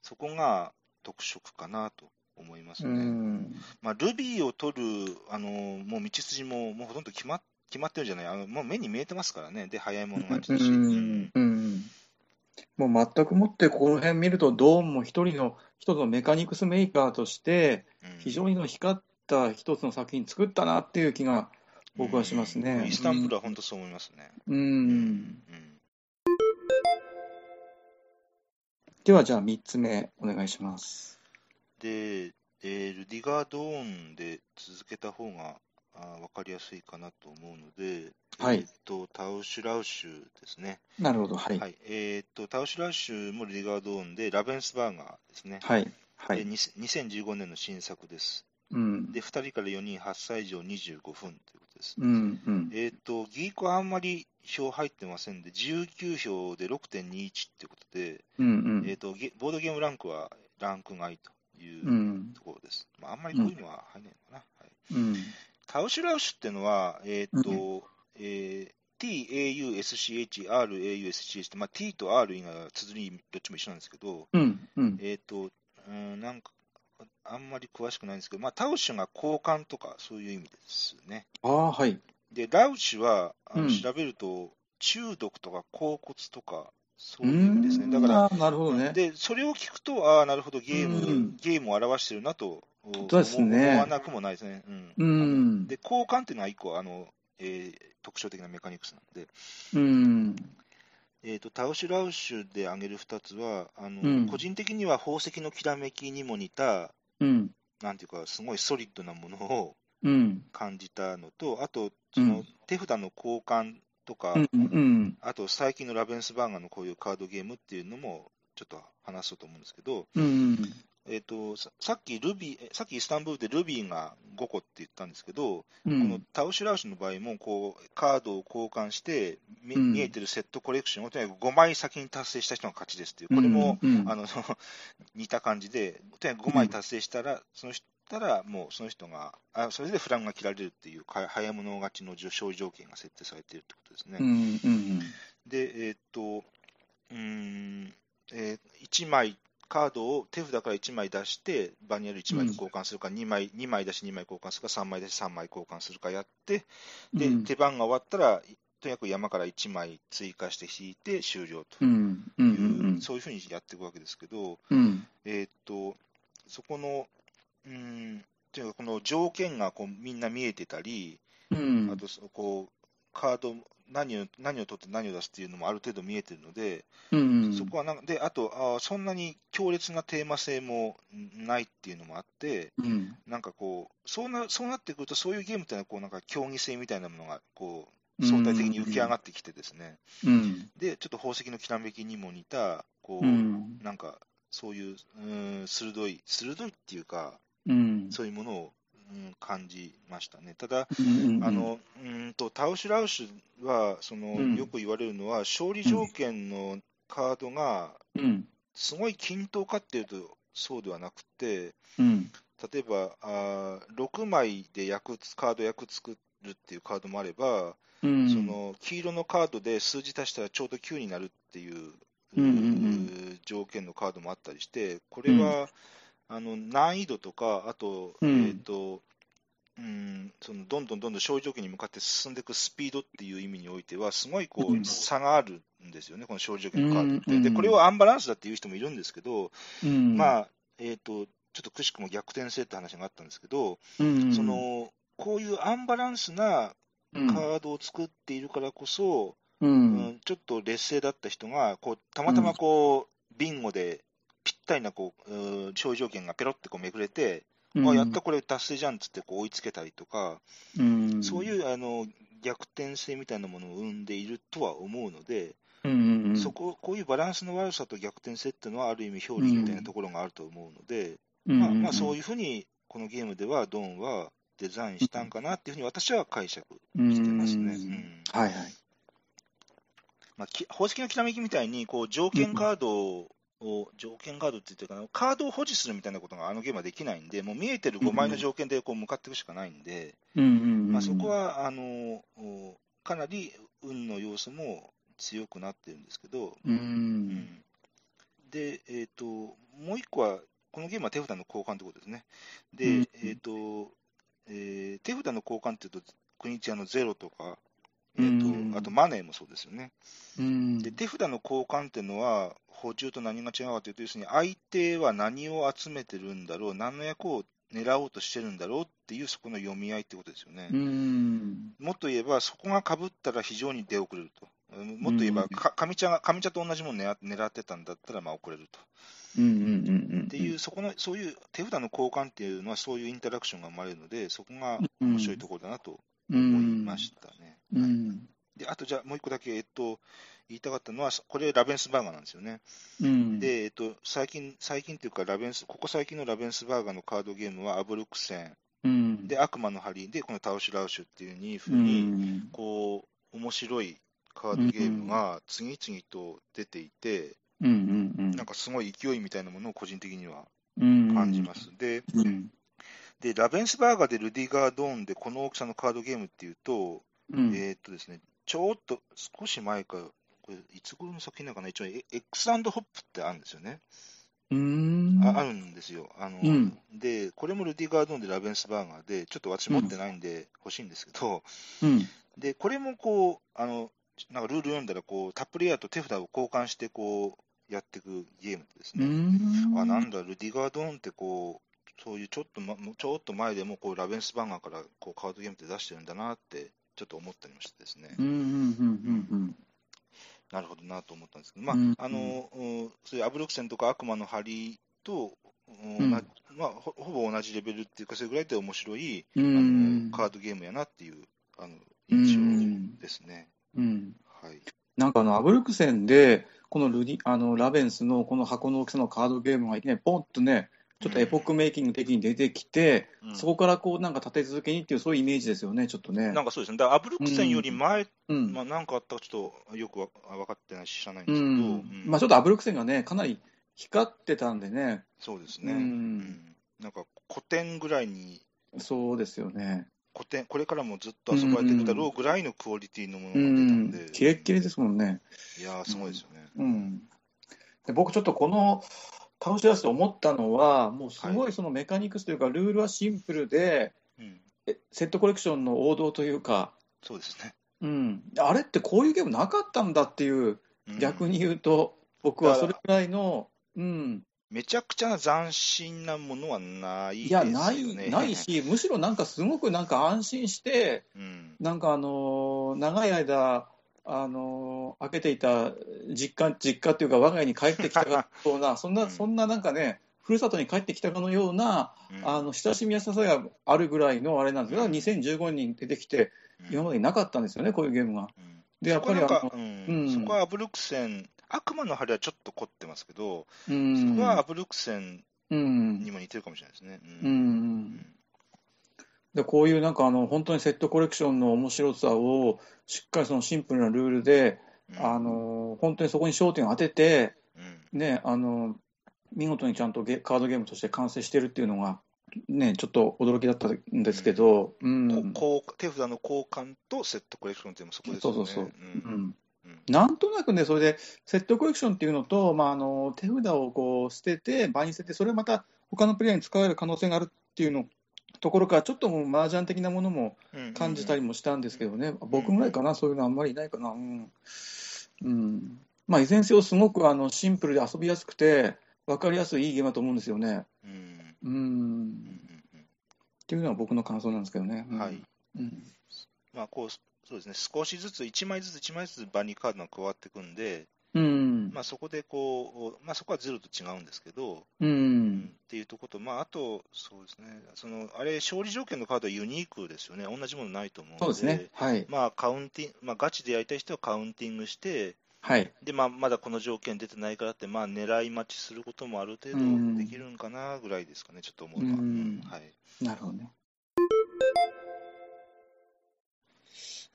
そこが特色かなと思います
う
ね。
ん
まあ、Ruby を取るあのもう道筋ももうほとんど決ま決まってるんじゃないあの、もう目に見えてますからね、で早いもの勝ちだし、うん
うんもう全くもってこの辺見るとドーンも一人の一つのメカニクスメーカーとして
うん
非常にの光った一つの作品作ったなっていう気が僕はしますね
うんイスタンブールは本当そう思いますね。
う
うんうん
ではじゃあ3つ目お願いします
で、えールディガードーンで続けた方があ分かりやすいかなと思うので、
はい
えーっとタウシュラウシュですね。
なるほどはい
はいえーっとタウシュラウシュもリガードーンで、ラベンスバーガーですね、
はいは
で
い
に2015年の新作です。
うん
で、2人から4人、8歳以上25分ということです。
うんうん
えーっと、ギークはあんまり票入ってませんで、19票で6.21ということで、
うんうん
えーっと、ゲボードゲームランクはランク外という
うん
ところです。まあ、あんまりこういうのは入らないのかな。はい、
うん
タウシュラウシュっていうのは、えーっと、
う
えー TAUSCH、RAUSCH って、まあ、T と R 以外は綴りどっちも一緒なんですけど、
うんうん
えーっと、うん、なんか、あんまり詳しくないんですけど、まあ、タウシュが交換とかそういう意味ですね。
ああはい
で、ラウシュは、あ
う
の
ん
調べると、中毒とか恍惚とか、そう
う
いう意味ですね。だ
ん
から、
あーなるほどね
で、それを聞くと、ああ、なるほど、ゲーム、
うん
ゲームを表してるなと思
当ですね
思わなくもないですね。うん
うん
で、交換っていうのは一個、あの、えー特徴的なメカニクスなんで、
うん
えー、とタウシュ・ラウシュで挙げる2つはあの、
うん
個人的には宝石のきらめきにも似た、
うん
なんていうか、すごいソリッドなものを (laughs)
うん
感じたのと、あと、そ
う
の、
ん
手札の交換とか、
うんうん
あと最近のラベンスバーガーのこういうカードゲームっていうのも、ちょっと話そうと思うんですけど、
うん
えー、とささっきルビー、えさっきイスタンブールでルビーが5個って言ったんですけど、
う
この
ん
タウシュラウシュの場合もこう、カードを交換して、み
うん
見えてるセットコレクションをとにかく5枚先に達成した人が勝ちですっていう、これも、
うん
あの (laughs) 似た感じで、とにかく5枚達成したら、その人たらもうその人があ、それでフラグが切られるっていう、か早物勝ちの受賞条件が設定されているってことですね。
うんうん
で、えーっと、うーん、えー1枚、カードを手札から1枚出して、場にある1枚と交換するか、2枚、2枚出し2枚交換するか、3枚出し3枚交換するかやって、で、
うん
手番が終わったら、いとにかく山から1枚追加して引いて終了と
う
い
んうんう
う、
ん
そういうふうにやっていくわけですけど、
うん
えーっと、そこの、うーん、というか、この条件がこうみんな見えてたり、
うん
あとそこカード、何を何を取って何を出すっていうのもある程度見えてるので、
うん
そこはなんか、であとあ、そんなに強烈なテーマ性もないっていうのもあって、
うん
なんかこう、そうなそうなってくると、そういうゲームってのはこうなんか競技性みたいなものがこう相対的に浮き上がってきてですね、
うん
でちょっと宝石のきらめきにも似た、こう
うん
なんかそういううん鋭い、鋭いっていうか、
うん
そういうものを、うん、感じましたね。ただ、
うん
あのうーんとタウシュラウシュはその、
うん
よく言われるのは、勝利条件のカードが
うん
すごい均等かっていうと、そうではなくて、
うん
例えばあ6枚で役つカード役作るっていうカードもあれば、
うん
その黄色のカードで数字足したらちょうど9になるっていう、
うんうん
条件のカードもあったりして、これは、あの難易度とか、あと,、
うん
えーとうん、そのどんどんどんどん勝利条件に向かって進んでいくスピードっていう意味においては、すごいこ
うん
う差があるんですよね、この勝利条件のカードって。
うんうん
でこれをアンバランスだっていう人もいるんですけど、
うん
まあえー、とちょっとくしくも逆転性って話があったんですけど、
うん
そのこういうアンバランスな
う
カ
ん
ードを作っているからこそ、
う
うんん、ちょっと劣勢だった人がこうたまたまこう、ビンゴでぴったりなこう、うん、症状券がペロってこうめくれて、あやったこれ達成じゃんっつってこう追いつけたりとか、
うん
そういうあの逆転性みたいなものを生んでいるとは思うので、
うんうん
そここういうバランスの悪さと逆転性っていうのはある意味表裏みたいなところがあると思うので、
うん
まあまあ、そう
い
いうふうにこのゲームではドンはデザインしたんかなっていうふうに私は解釈
う
してますね。
ん
うん
はいはい
まあ、き宝石のきらめきみたいにこう条件カードを、条件カードって言ってるかな、カードを保持するみたいなことがあのゲームはできないんで、もう見えてる5枚の条件でこう向かっていくしかないんで、
うんうんうん
まあ、そこはあのおかなり運の要素も強くなってるんですけど、
う
うんんで、えーと、もう一個は、このゲームは手札の交換ということですね。で、
うん
えーとえー手札の交換っていうと、国一あのゼロとか、え
うん
ーとあとマネーもそうですよね。
うん
で手札の交換っていうのは、補充と何が違うかというと、要するに相手は何を集めてるんだろう、何の役を狙おうとしてるんだろうっていう、そこの読み合いってことですよね。
うん
もっと言えば、そこがかぶったら非常に出遅れると。うんもっと言え
う
ば、
ん
か上茶が上茶と同じものを狙狙ってたんだったらまあ遅れると。
うんうんうんうん
っていう、そこのそういう手札の交換っていうのは、そういうインタラクションが生まれるので、そこが面白いところだなと思いましたね。
う
はい
ん
であと、じゃあもう一個だけ、えっと、言いたかったのは、これ、ラベンスバーガーなんですよね。
うん
で、えっと、最近、最近というかラベンス、ここ最近のラベンスバーガーのカードゲームは、アブルクセン、
うん
で、悪魔の針で、このタウシュラウシュっていうにふ
う
うに、
ん
こう、面白いカードゲームが次々と出ていて、
うんうんうん
なんかすごい勢いみたいなものを個人的には
うん
感じます。で
うん
で、ラベンスバーガーでルディガードーンで、この大きさのカードゲームっていうと、
うん
えーっとですね、ちょっと少し前か、これ、いつ頃の作品なのかな、一応、え X& ホップってあるんですよね。
うん
ああるんですよあの、
うん
で、これもルディガードーンでラベンスバーガーで、ちょっと私持ってないんで欲しいんですけど、
うん
でこれもこうあのなんかルール読んだらこう、タップレイヤーと手札を交換してこうやっていくゲームです
う
ね。
ん
あなんだ、ルディガードーンってこう、そういうちょっと,、ま、ちょっと前でもこうラベンスバーガーからこうカードゲームって出してるんだなって、ちょっと思ったりもしてですね。
うんうんうんうん
なるほどなと思ったんですけど、まあ
うん
あのうんそういうアブロクセンとか悪魔の針と、う
うんん
まあ、ほほぼ同じレベルっていうか、それぐらいで面白い、
う
あの
ん
カードゲームやなっていうあの
うん
印象ですね。
うん
はい、
なんかあのアブルクセンでこのルディあのラベンスのこの箱の大きさのカードゲームがいきなりポンとねちょっとエポックメイキング的に出てきて、
うん
そこからこうなんか立て続けにっていうそういうイメージですよねちょっとね
なんかそうですね、だからアブロクセンより前、
うん
まあ、なんかあったかちょっとよくわ分かってないし、知らないん
う
ですけど、
ん
うん
まあちょっとアブルクセンがねかなり光ってたんでね
そうですね、
うん
うんなんか古典ぐらいに、
そうですよね
古典これからもずっと遊ばれてるだろうぐらいのクオリティのものが
う
出たんで、
んキレッキレですもんね
いやー、すごいですよね。
うん、で僕ちょっとこの倒し出して思ったのはもうすご
はい
そのメカニクスというかルールはシンプルで、
うん
えセットコレクションの王道というか、
そうですね。
うん、あれってこういうゲームなかったんだっていう
うん
逆に言うと僕はそれぐらいの、うん、
めちゃくちゃ斬新なものはない
い
ですよ
や、
ね。
ないない
(laughs)
し、むしろなんかすごくなんか安心して、
うん、
なんかあのー長い間、あのー開けていた実家実家っていうか、我が家に帰ってきたかのよう
(laughs)
な、そん
う
な、
ん
そんななんかね、ふるさとに帰ってきたかのような、
うん
あの親しみやすさがあるぐらいのあれなんですよ、だから2015年出てきて、今までになかったんですよね、こういうゲームが。
うん
で、やっぱり
そこは
あ
なん
の
か、う
う
ん
ん
そこはアブルクセン、悪魔の針はちょっと凝ってますけ
う
ど、そ
ん
こはアブルクセン
うん
にも似てるかもしれないですね。
う
うん
んでこういうなんかあの本当にセットコレクションの面白さをしっかりそのシンプルなルールで、
うん
あの本当にそこに焦点を当てて、
うん
ね、あの見事にちゃんとゲカードゲームとして完成してるっていうのが、ね、ちょっと驚きだったんですけど、うん
ここう手札の交換とセットコレクションっていうのもそこですよね。
そうそうそう
う
うんん
うん
なんとなくね、それでセットコレクションっていうのと、まあ、あの手札をこう捨てて、場に捨てて、それをまた他のプレイヤーに使える可能性があるっていうのところから、ちょっともう麻雀的なものも
うん
感じたりもしたんですけどね、僕ぐらいかな、そういうのあんまりいないかな、うん、うんまあ、いずれにせよ、すごくあのシンプルで遊びやすくて、分かりやすいいいゲームだと思うんですよね。
うんうん
うん、
うん
っていうのは僕の感想なんですけどね。
うんうんはい。
うん
まあこうそうですね、少しずつ、1枚ずつ1枚ずつ場にカードが加わっていくんで、
うん
まあ、そこでこう、まあ、そこはゼロと違うんですけど、
う
うん
ん
っていうとこと、まあ、あと、そうですね、そのあれ、勝利条件のカードはユニークですよね、同じものないと思うの
そうですね。はい。
まあ、カウンティング、まあ、ガチでやりたい人はカウンティングして、
はい。
でまあ、まだこの条件出てないからって、まあ、狙い待ちすることもある程
うん
度できるんかなぐらいですかね、ちょっと思うのは。
うん
うんはい
なるほどね。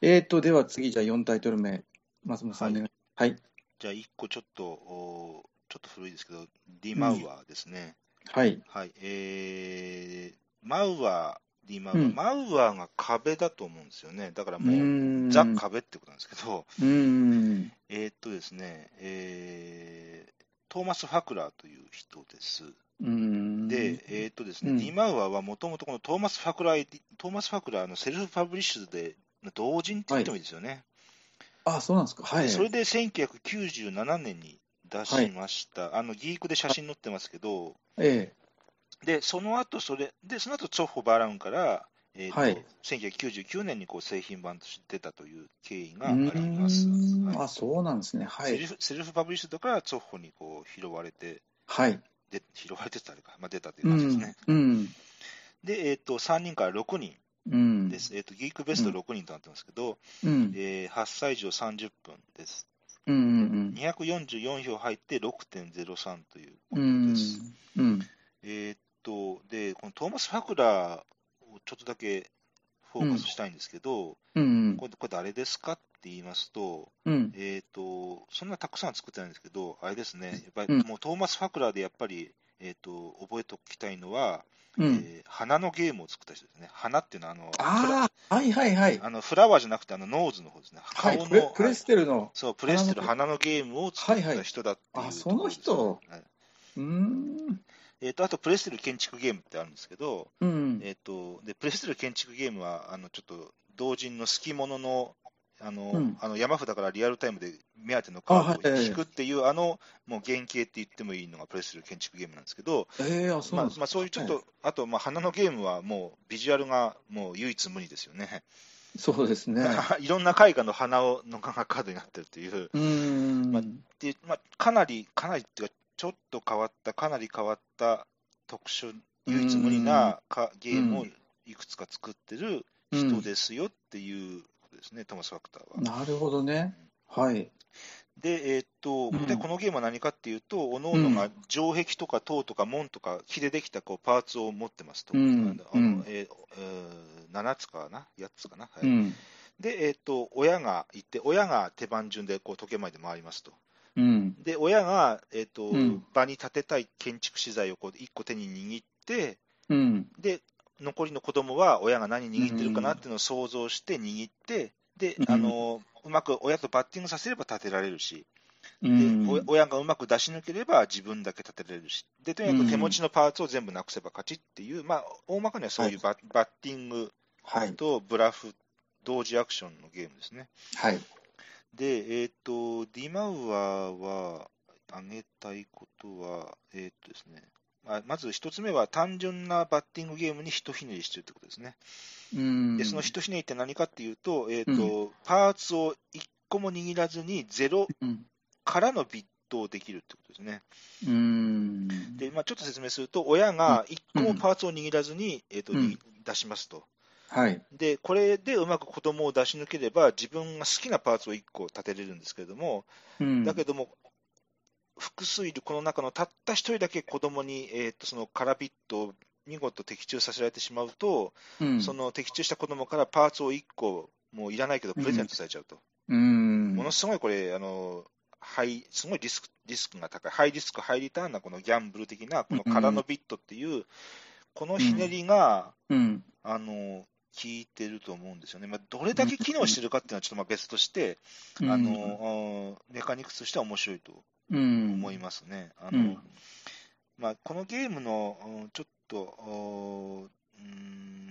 えーと、では次、じゃあ4タイトル目、松本さんお願い、はい。
じゃあ、1個ちょっと、おちょっと古いですけど、ディマウアーですね。
はい。
はい、えー、マウアー、リーマウアー、
うん
マウアーが壁だと思うんですよね、だから
う
もう、
ん
ザ・壁ってことなんですけど、 (laughs)
うん。
えーっとですね、えートーマス・ファクラーという人です。
うん。
で、えーっとですね、
うん
ディマウアーはもともとこのトーマス・ファクラー、トーマス・ファクラーのセルフパブリッシュで、同人って言ってもいいですよね。
あ、そうなんですか。はい。
それで1997年に出しました、あのギークで写真載ってますけど、
え
で、その後それ、で、その後、ツォッホ・バラウンから、えーと
はい
1999年にこう製品版として出たという経緯
え
があります。
うん
は
あ、そうなんですね。
い
は
セル
い。
フセルフパブリッシュだからツォッホにこう拾われて、 (laughs)
はい。
で拾われてたあれか、まあ、出たという
う
感じです
ん
ね。。
うん。
で、えーと、3人から6人
うん。
です。。えーと、ギークベスト6人となってますけど、
うん。
えー8歳以上30分です。
うん。うん。
244票入って6.03というこ
う
と
ん
です。。
うん。
えーっと、で、このトーマス・ファクラーをちょっとだけフォーカスしたいんですけど、
うん。
これ、これ誰ですかって言いますと、
うん。
えーっと、そんなたくさんは作ってないんですけど、あれですね、やっぱ
うん
りもうトーマス・ファクラーでやっぱり、えーっと、覚えておきたいのは、
うん。
えー花のゲームを作った人ですね。花っていうのは、あの、フラ
ああ、はいはいはい。
あのフラワーじゃなくて、あの、ノーズの方ですね。
はい。
顔
プレ
の、
プレ
はい
ステルの。
そう、プレステル花のゲームを作った人だっていう
はいはいあ
と
そ
ころ
の
ですね、
人
はい。
うん。
えーっと、あと、プレステル建築ゲームってあるんですけど、
うん。
えっと、で、プレステル建築ゲームは、あの、ちょっと、同人の好き者の、あの、
うん
あの山札からリアルタイムで目当てのカード
あ
を
はい
引くっていう、あ,、の、もう原型って言ってもいいのがプレステル建築ゲームなんですけど、
ええあ、そう
ま
な
あ
んですか。
まあ、そういうちょっと、あと、まあ、花のゲームはもう、ビジュアルがもう唯一無二ですよね。
そうですね。
(laughs) いろんな絵画の花をのがカードになってるという、
うん。
まあで、まあ、かなり、かなりっていうか、ちょっと変わった、かなり変わった特殊、唯一無二なかゲームをいくつか作ってる人ですよっていうことですね、トーマス・ファクターは。
なるほどね。はい。
で、えーっと
うん
でこのゲームは何かっていうと、おのおの
う
が城壁とか塔とか門とか木でできたこうパーツを持ってますと、
うん
あの
うん
えーえー7つかな、8つかな、はい
うん。
で、えーっと親がいて、親が手番順でこう時計回りで回りますと、
うん。
で親が、えーっと
うん
場に建てたい建築資材をこう1個手に握って、
うん。
で、残りの子供は親が何握ってるかなっていうのを想像して握って、で
うん
あのうまく親とバッティングさせれば立てられるし、
う
で
ん。
お親がうまく出し抜ければ自分だけ立てられるし、でとにかく手持ちのパーツを全部なくせば勝ちっていう、まあ、大まかにはそういうバ,、バッティング
はい。
とブラフ、同時アクションのゲームですね。
はい。
で、えっとディマウアーは、挙げたいことは、えーっとですね、まあまず一つ目は単純なバッティングゲームにひとひねりしてるってことですね。
うん
でそのひとひねりって何かっていうと、えーっとパーツを1個も握らずに0
うん
からのビットをできるってことですね。
うん
でまあ、ちょっと説明すると、親が1個もパーツを握らずに、えーっと
うん
出しますと。
はい
で、これでうまく子供を出し抜ければ、自分が好きなパーツを1個立てれるんですけれども、だけ
ど
ども、複数いるこの中のたった1人だけ子供に、えー、とそのカラビットを見事的中させられてしまうと、その的中した子供からパーツを1個、もういらないけど、プレゼントされちゃうと、
うん
ものすごいこれ、あのハイすごいリスクリスクが高い、ハイリスク、ハイリターンなこのギャンブル的な、この空のビットっていう、このひねりが、
うん
あの効いてると思うんですよね、まあ、どれだけ機能してるかっていうのはちょっとまあ別として、
うん
あのうんメカニクスとしては面白いと
うん
思いますね。あ
う
の
ん
まあ、このゲームのうんちょっとおーう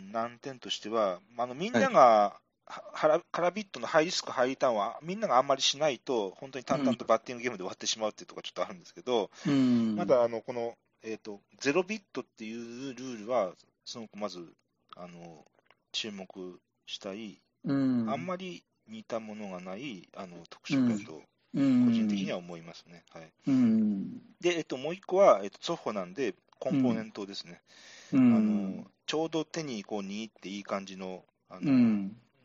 ん難点としては、まあ、あのみんなが、ははらカラビットのハイリスク、ハイリターンはみんながあんまりしないと、本当に淡々とバッティングゲームで終わってしまうっていうところがちょっとあるんですけど、
うん
まだあのこの、えー、と0ビットっていうルールは、すごくまずあの注目したい、
うん
あんまり似たものがないあの特殊化と、
個
個人的には思いますね。はい
うん
で、えっと、もう一個は、えっと、ソフォなんで、コンポーネントですね、
う
あ
ん
のちょうど手にこう握っていい感じの、あの
うん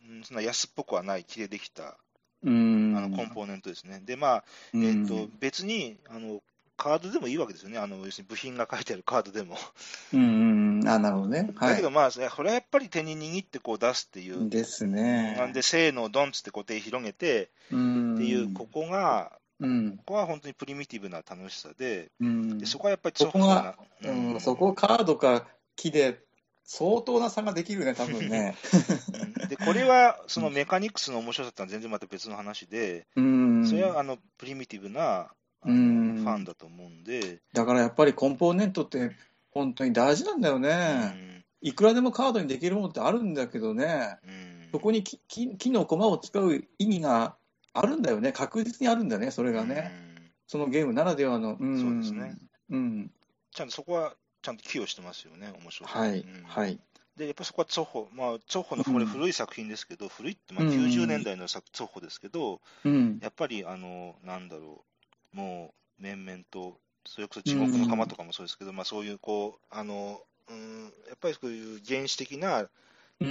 うんそんな安っぽくはない、木でできた
うん
あのコンポーネントですね。で、まあ、
うん
えっと、別にあのカードでもいいわけですよね、あの要するに部品が書いてあるカードでも。
うんうんあなるほどねはい
だけど、まあ、それはやっぱり手に握ってこう出すっていう、
ですね
なんで、せーの、ドンつってこう手広げて
うん
っていう、ここが、
うん
ここは本当にプリミティブな楽しさで、
うん
でそこはやっぱりソフトな、
うんそこをカードか木で相当な差ができるね多分ね
うんでこれはそのメカニクスの面白さとは全然また別の話で、
(laughs) うん
それはあのプリミティブなあの
うん
ファンだと思うんで、
だからやっぱりコンポーネントって本当に大事なんだよね、いくらでもカードにできるものってあるんだけどね
うん
そこにきき木の駒を使う意味があるんだよね確実にあるんだよねそれがね、
うん
そのゲームならではの、ん
そうですね
うん
ちゃんとそこはちゃんと寄与してますよね、面白さ
はい、
うん
はい
でやっぱりそこはツォッホ、まあ、ツォッホの
うん
これ古い作品ですけど、古いってまあ
うん
90年代の作ツォッホですけど、
うん
やっぱりあのなんだろう、もう面々と、それこそ地獄の釜とかもそうですけど、まあ、そういうこう、あのうん、やっぱりそういう原始的なた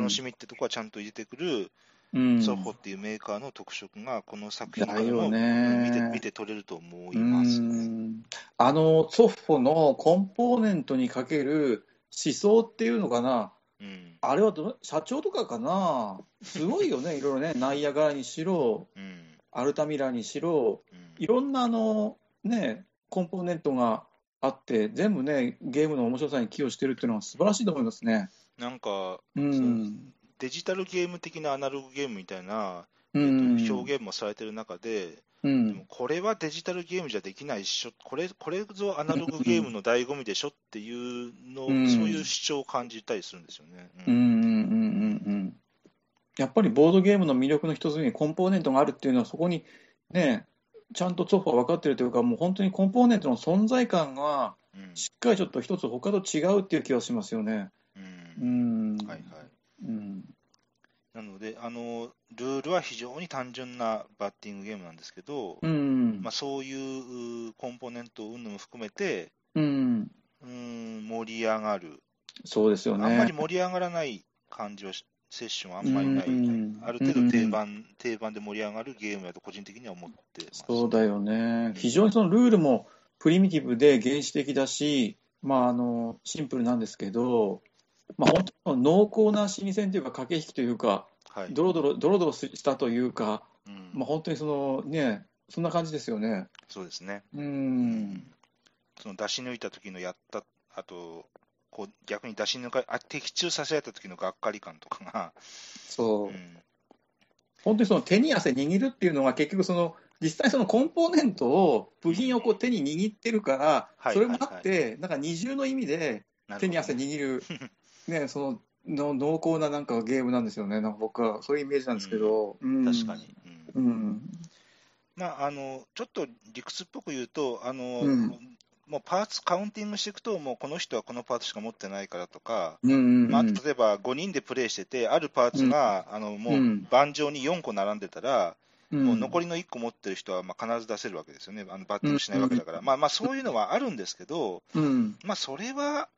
楽しみってとこはちゃんと入れてくる、
み、うん、
ソフォっていうメーカーの特色が、この作品から
だよ
も
ね
見て見て取れると思います
う
ね。
んあのソフォのコンポーネントにかける思想っていうのかな
うん
あれはどの社長とかかなすごいよねいろいろねナイアガラにしろ
うん
アルタミラにしろ
うん
いろんなあの、ね、コンポーネントがあって、全部ね、ゲームの面白さに寄与してるっていうのは素晴らしいと思いますね。
なんか、
うん。
デジタルゲーム的なアナログゲームみたいな、
う
え
ん
っと、表現もされてる中で、
う
でも
ん。
これはデジタルゲームじゃできないっしょ、これこれぞアナログゲームの醍醐味でしょっていうの、
うん
そういう主張を感じたりするんですよね。う
うんうんうんうんうん。やっぱりボードゲームの魅力の一つにコンポーネントがあるっていうのは、そこにね、ちゃんとツォフは分かってるというか、もう本当にコンポーネントの存在感が、
うん
しっかりちょっと一つ他と違うっていう気がしますよね。
うん
うん。
はいはい
うん。
なのであの、ルールは非常に単純なバッティングゲームなんですけど、
うん
まあ、。そういううコンポーネント云々も含めて、
うん。
うーん、盛り上がる、
そうですよね。
あんまり盛り上がらない感じはし、セッションはあんまりない、
うん
ある程度定番、定番で盛り上がるゲームやと、個人的には思ってます。
そうだよね、非常にそのルールもプリミティブで原始的だし、まあ、あのシンプルなんですけど、まあ、本当の濃厚な心理戦というか、駆け引きというか、
はい
ドロドロドロドロしたというか、
うん
まあ、本当にその、ね、そんな感じですよね。
そうですね、
う、
うんんその出し抜いた時のやった、あと、こう逆に出し抜かあ的中させられた時のがっかり感とかが、
そううん本当にその手に汗握るっていうのが結局その実際そのコンポーネントを部品をこう手に握ってるから、
はい
それもあってなんか二重の意味で
なるほど
手に汗握
(laughs)
るねそのの濃厚ななんかゲームなんですよねなんか僕はそういうイメージなんですけど、うん
確かに、うん
うん
まあ、あのちょっと理屈っぽく言うと、あの
うん
もうパーツカウンティングしていくと、もうこの人はこのパーツしか持ってないからとか、
うんうんうん
まあ、あと例えば5人でプレイしてて、あるパーツが、あのも
う
うん盤上に4個並んでたら、
うん
もう残りの1個持ってる人はまあ必ず出せるわけですよね、あのバッティングしないわけだから、まあ、まあそういうのはあるんですけど、
うん
まあ、それは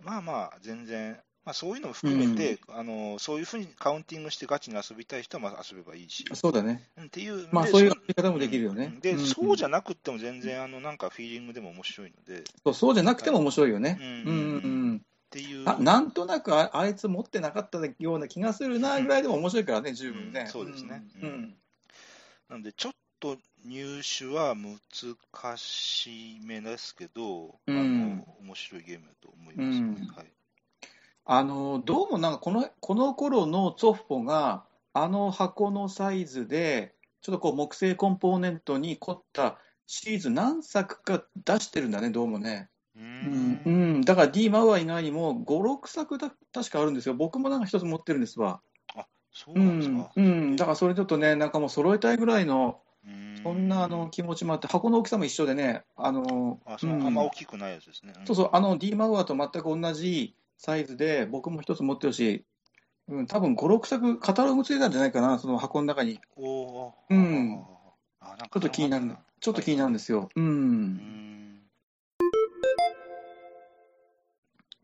まあまあ、全然、まあ、そういうのも含めて、あの、そういうふうにカウンティングしてガチに遊びたい人はまあ遊べばいいし。
そうだね、
うんっていう、
まあ、
で
そういう遊び方もできるよね。
で、
ん
そうじゃなくっても全然、あの、なんかフィーリングでも面白いので、っ
そうそうじゃなくても面白いよね。
うん
うんうん
ていうう。
んあなんとなくああいつ持ってなかったような気がするなぐらいでも面白いからね、十分ね。
うんそうですね
うん
なので、ちょっと入手は難しめですけど、
うん
あの、面白いゲームだと思いますね。
うん
はい。
あのどうもなんかこのこの頃のツォッポがあの箱のサイズでちょっとこう木製コンポーネントに凝ったシリーズ何作か出してるんだね、どうもね。
う。
うんんだから D ・マウア以外にも5、6作だ確かあるんですよ。僕もなんか一つ持ってるんですわ。
そう
う
なんです
ん
か。
うん、だからそれちょっとね、なんかもう揃えたいぐらいの
うん
そんなあの、気持ちもあって、箱の大きさも一緒でね、あの
あ、そう、
うん
あんま大きくないやつですね。
そうそう、あの D マウアーと全く同じサイズで、僕も一つ持ってるし、うん、多分5、6作、カタログついたんじゃないかな、その箱の中に、ち
うん。お
う
ー
ん。
あ、なんか。
ょっと気になる、ちょっと気になるんですすよ。う、
はいうんん。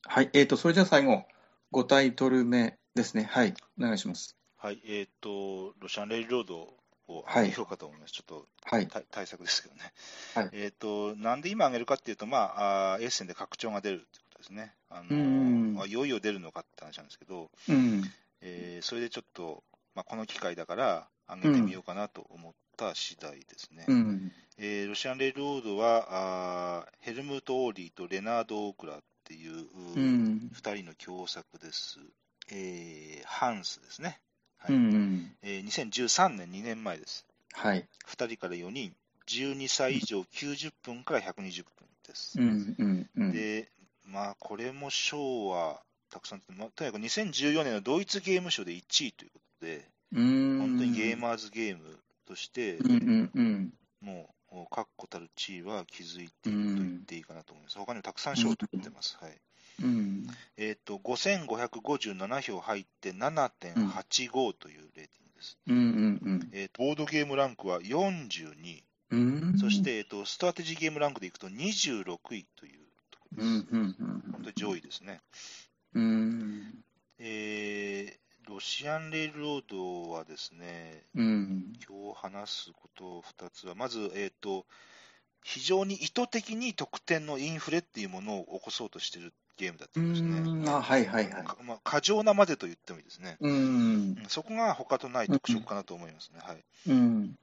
はい、えーと、それじゃあ最後、5タイトル目ですね、はい、お願いします。
はい、えっ、と、ロシアンレイルロードを
はい
上げようかと思います。ちょっと
はい、
対対策ですけどね。
はい
えっ、と、なんで今上げるかっていうと、まあ、あー A 線で拡張が出るってことですね。あのー
うん
まあいよいよ出るのかって話なんですけど、
うん、
えーそれでちょっと、まあ、この機会だから上げてみようかなと思った次第ですね。
うん、
えーロシアンレイルロードは、あーヘルムート・オーリーとレナード・オークラってい
う
う2
ん、
人の共作です。えーハンスですね。はい
うん、
えー2013年、2年前です。
はい、
2人から4人、12歳以上90分から120分です。
うん、うん、うん、
で、まあ、これも賞はたくさん取って、まあとにかく2014年のドイツゲーム賞で1位ということで、
うん、
本当にゲーマーズゲームとして、
うん、うん、うん、
もう、確固たる地位は築いていると言っていいかなと思います。他にもたくさん賞を取ってます。はい
うん、
えっと5557票入って7.85というレーティングです、
うん、うん、
えーとボードゲームランクは42、
うん、
そして、えっと、ストラテジーゲームランクでいくと26位というとこ
うん、う
ろで
ん、
す。
うん、
本当に上位ですね。
うん、
えーロシアンレールロードはですね、
うん、
今日話すこと2つは、まず、えっと、非常に意図的に得点のインフレっていうものを起こそうとしてるゲームだったんですね。
うんあはいはいはい
かまあ、過剰なまでと言ってもいいですね。
うん
うんそこが他とない特色かなと思いますね。はい。
うん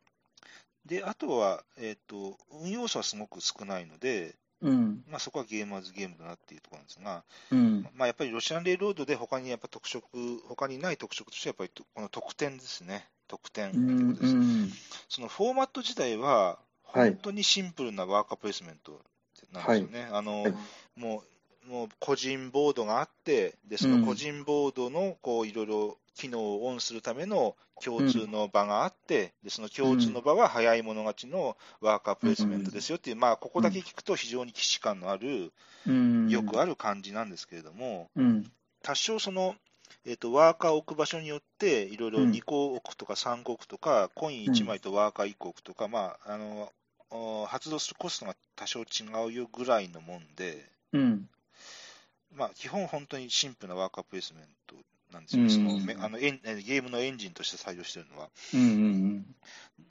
で、あとは、えっと、運用者はすごく少ないので、
うん
まあ、そこはゲーマーズゲームだなっていうところなんですが、
うん
まあ、やっぱりロシアンレイロードで他にやっぱ特色、他にない特色として、やっぱりこの得点ですね、得点っていうことです。そのフォーマット自体は、
はい
本当にシンプルなワーカープレイスメントなんですよね。あの
はい
もうもう個人ボードがあって、でその個人ボードのこういろいろ機能をオンするための共通の場があって、でその共通の場は早い者勝ちのワーカープレイスメントですよっていう、まあ、ここだけ聞くと非常に既視感のある、
うん
よくある感じなんですけれども、
うん
多少その、えー、とワーカーを置く場所によって、いろいろ
うん
2個置くとか3個置くとか、コイン1枚とワーカー1個置くとか、まあ、あのお発動するコストが多少違うよぐらいのもんで、
うん
まあ、基本、本当にシンプルなワーカープレイスメントなんですよ、
うん
そのめあのエンえゲームのエンジンとして採用してるのは。
うんうん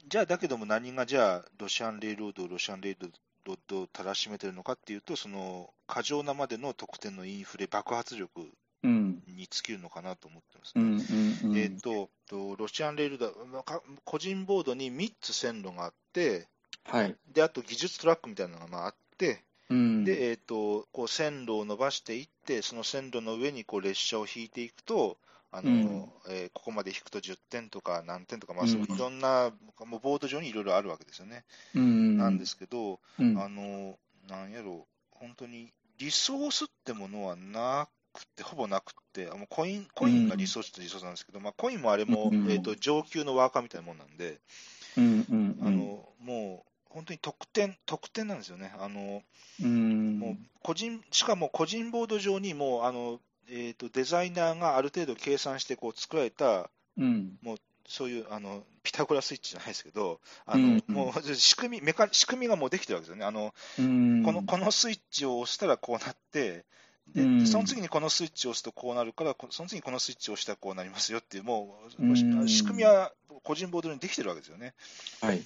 じゃあ、だけども何がじゃあ、ロシアンレイロードをロシアンレイロードをたらしめてるのかっていうと、その過剰なまでの得点のインフレ、爆発力
うん
に尽きるのかなと思ってます
う
ね。
んうん
えー、ととロシアンレールだまあか個人ボードに3つ線路があって、
はい
であと技術トラックみたいなのがまああって、
うん
でえー、とこう線路を伸ばしていって、その線路の上にこう列車を引いていくと、あの
うん
えーここまで引くと10点とか何点とか、まあ、そ
う
う
ん
いろんな、もうボード上にいろいろあるわけですよね。
うん
なんですけど、
うん
あのなんやろ本当にリソースってものはなくて、ほぼなくて、あもうコインコインがリソースとリソースなんですけど、まあ、コインもあれも、
うん
えー、と上級のワーカーみたいなもんなんで、
うんうんうん
あのもう本当に得点、得点なんですよね、あの
うん
もう個人しかも個人ボード上にもうあの、えー、とデザイナーがある程度計算してこう作られた、
うん
そういうあのピタゴラスイッチじゃないですけど、あの
うんうん
もう仕組みメカ、仕組みがもうできてるわけですよね、あの
うん
このこのスイッチを押したらこうなって、で
うん
その次にこのスイッチを押すとこうなるから、こその次にこのスイッチを押したらこうなりますよっていう、もう、
うん
仕組みは個人ボードにできてるわけですよね。
はい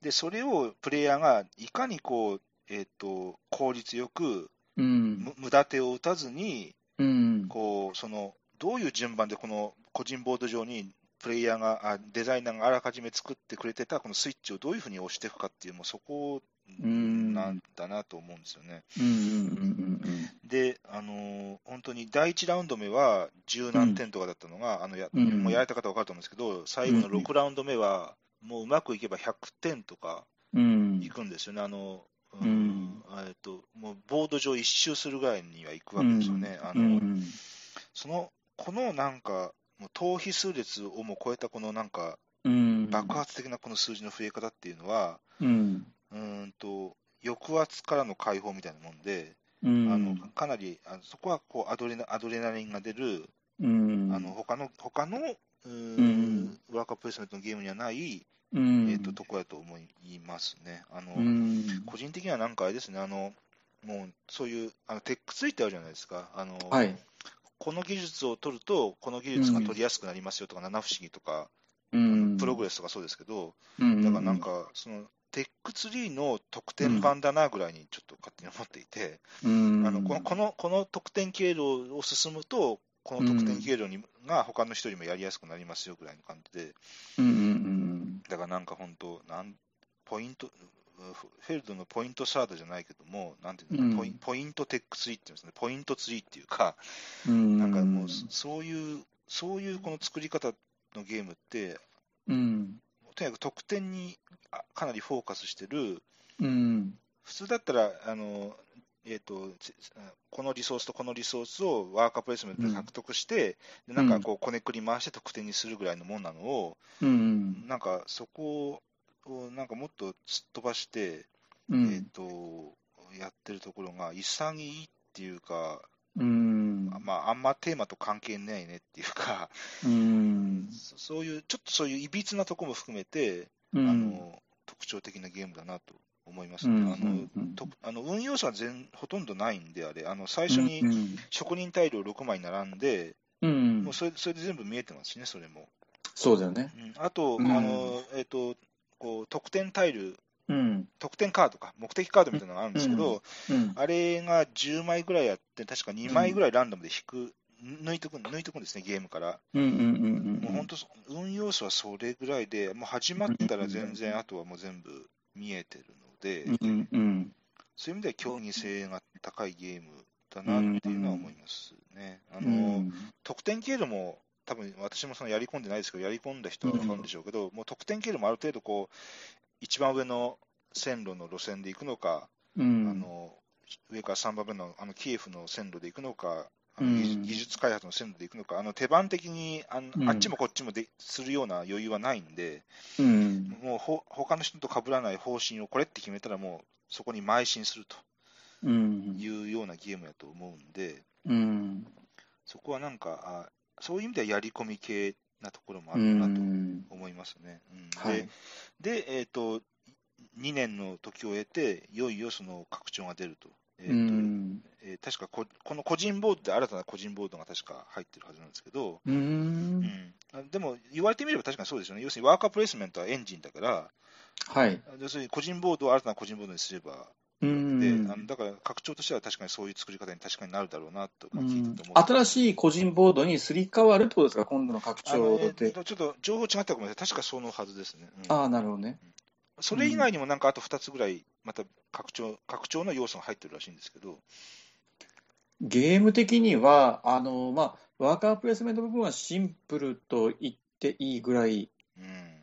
で、それをプレイヤーがいかにこう、えー、と効率よく、
うん
む無駄手を打たずに
うん
こうその、どういう順番でこの個人ボード上にプレイヤーが、あデザイナーがあらかじめ作ってくれてたこのスイッチをどういうふうに押していくかっていう、もうそこ
うん
なんだなと思うんですよね。
うんうんうん
で、あのー本当に第1ラウンド目は十何点とかだったのが、あのや
うん
もうやられた方分かると思うんですけど、最後の
うんうん
6ラウンド目は、もううまくいけば100点とか
うんうん
いくんですよね、あの
うん
うんえっともうボード上一周するぐらいにはいくわけですよね、あ
う
の
ん
そのこのなんか、もう逃避数列をもう超えたこのなんか、
うん
爆発的なこの数字の増え方っていうのは、
うん
うーんと抑圧からの解放みたいなもんで。
うん
あのかなりあのそこはこうアドレナアドレナリンが出る、
うん
あの他の他のうーん
うん
ワーカープレイスメントのゲームにはない、
うん
えー、ととこやと思いますね。あの
うん
個人的にはなんかあれですね、あのもうそういうあのテックツイってあるじゃないですか、あの
はい
この技術を取ると、この技術が取りやすくなりますよとか、七不思議とか、
うん
プログレスとかそうですけど、
うん
だからなんか、そのテックツリーの特典版だなぐらいにちょっと勝手に思っていて。
うん
あのこのこのこの得点経路を進むと、この得点経路に、が他の人よりもやりやすくなりますよぐらいの感じで、
うんうん
だからなんか本当、なんポイント、うフフェルドのポイントサードじゃないけども、なんていうの、
うん
ポインポイントテックツリーっていうんですね、ポイントツリーっていうか、
うん
なんかもう、そそういう、そういうこの作り方のゲームって、
うん
とにかく得点にあかなりフォーカスしてる、
うん
普通だったら、あのえー、とつこのリソースとこのリソースをワーカープレイスメントで獲得して、でなんかこう、こねくり回して得点にするぐらいのもんなのを、
うん
なんかそこをなんかもっと突っ飛ばして、
う
えー
ん、
と、やってるところが潔いっていうか、
うん
まあ、あんまテーマと関係ないねっていうか、
うん
そそういう、ちょっとそういういびつなところも含めて、
うん
あの、特徴的なゲームだなと思います
う
ね。
ん
あの
うん
とあの運用者は全ほとんどないんで、あれ、あの最初
う
に
ん
職人大量6枚並んで、
うん
もうそれそれで全部見えてますしね、それも。
そうだよね。
うんあと、
うん
あのえっとこう得点タイル、
うん
得点カードか、目的カードみたいなのがあるんですけど、
うん
あれが10枚ぐらいあって、確か2枚ぐらいランダムで引く。抜いてく抜いてくんですね、ゲームから。
うんうんうんうん
もう本当、運用者はそれぐらいで、もう始まったら全然、あとはもう全部見えてるので、
うんうん
そういう意味では競技性が高いゲームだなっていうのは思いますね。あ
う
の
ん
得点経路も多分私もそのやり込んでないですけど、やり込んだ人は分かるんでしょうけど、もう得点経路もある程度こう、一番上の線路の路線で行くのか、
うん
あの上から3番目のあのキエフの線路で行くのか、あ
う
の
ん
技術技術開発の線路で行くのか、あの手番的にあの
うん
あっちもこっちもでするような余裕はないんで、
うん
もうほ他の人と被らない方針をこれって決めたら、もうそこに邁進すると。
うん
いうようなゲームやと思うんで、
うん
そこはなんか、あそういう意味ではやり込み系なところもあ
う
るなと
ん
思いますね。うん
は
で
い
で、えーと、2年の時を経て、いよいよその拡張が出ると。
う
えーと
ん
えー確かこ、この個人ボードで新たな個人ボードが確か入ってるはずなんですけど、
う
うんんあでも言われてみれば確かにそうですよね。要するにワーカープレイスメントはエンジンだから、
はい
要するに個人ボードを新たな個人ボードにすれば、
う
で
ん
あのだから拡張としては確かにそういう作り方に確かになるだろうなと
う
聞いて
ん
て思う
新しい個人ボードにすり替わるってことですか今度の拡
あの
張
えっ
で
とちょっと情報違ったらごめんなさい、確かそのはずですね。うん
ああなるほどね
それ以外にもなんかあと2つぐらい、また拡張拡張の要素が入ってるらしいんですけど、
ゲーム的にはあの、まあ、ワーカープレイスメント部分はシンプルと言っていいぐらい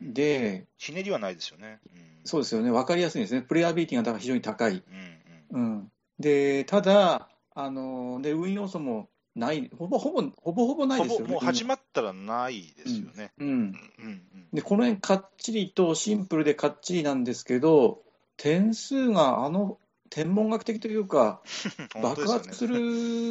うん、
で、
ひねりはないですよね。うん、
そうですよね、分かりやすいですね、プレイアビリティがだから非常に高い。
うんうん
うん、でただあので、運要素もない、ほぼほぼ、ほぼほぼない
ほ
です
ぼ
よね。
もう始まったらないですよね。
うん。
うんうん
で、この辺、かっちりとシンプルでかっちりなんですけど、点数があの天文学的というか、
本当
爆
ですよね
発する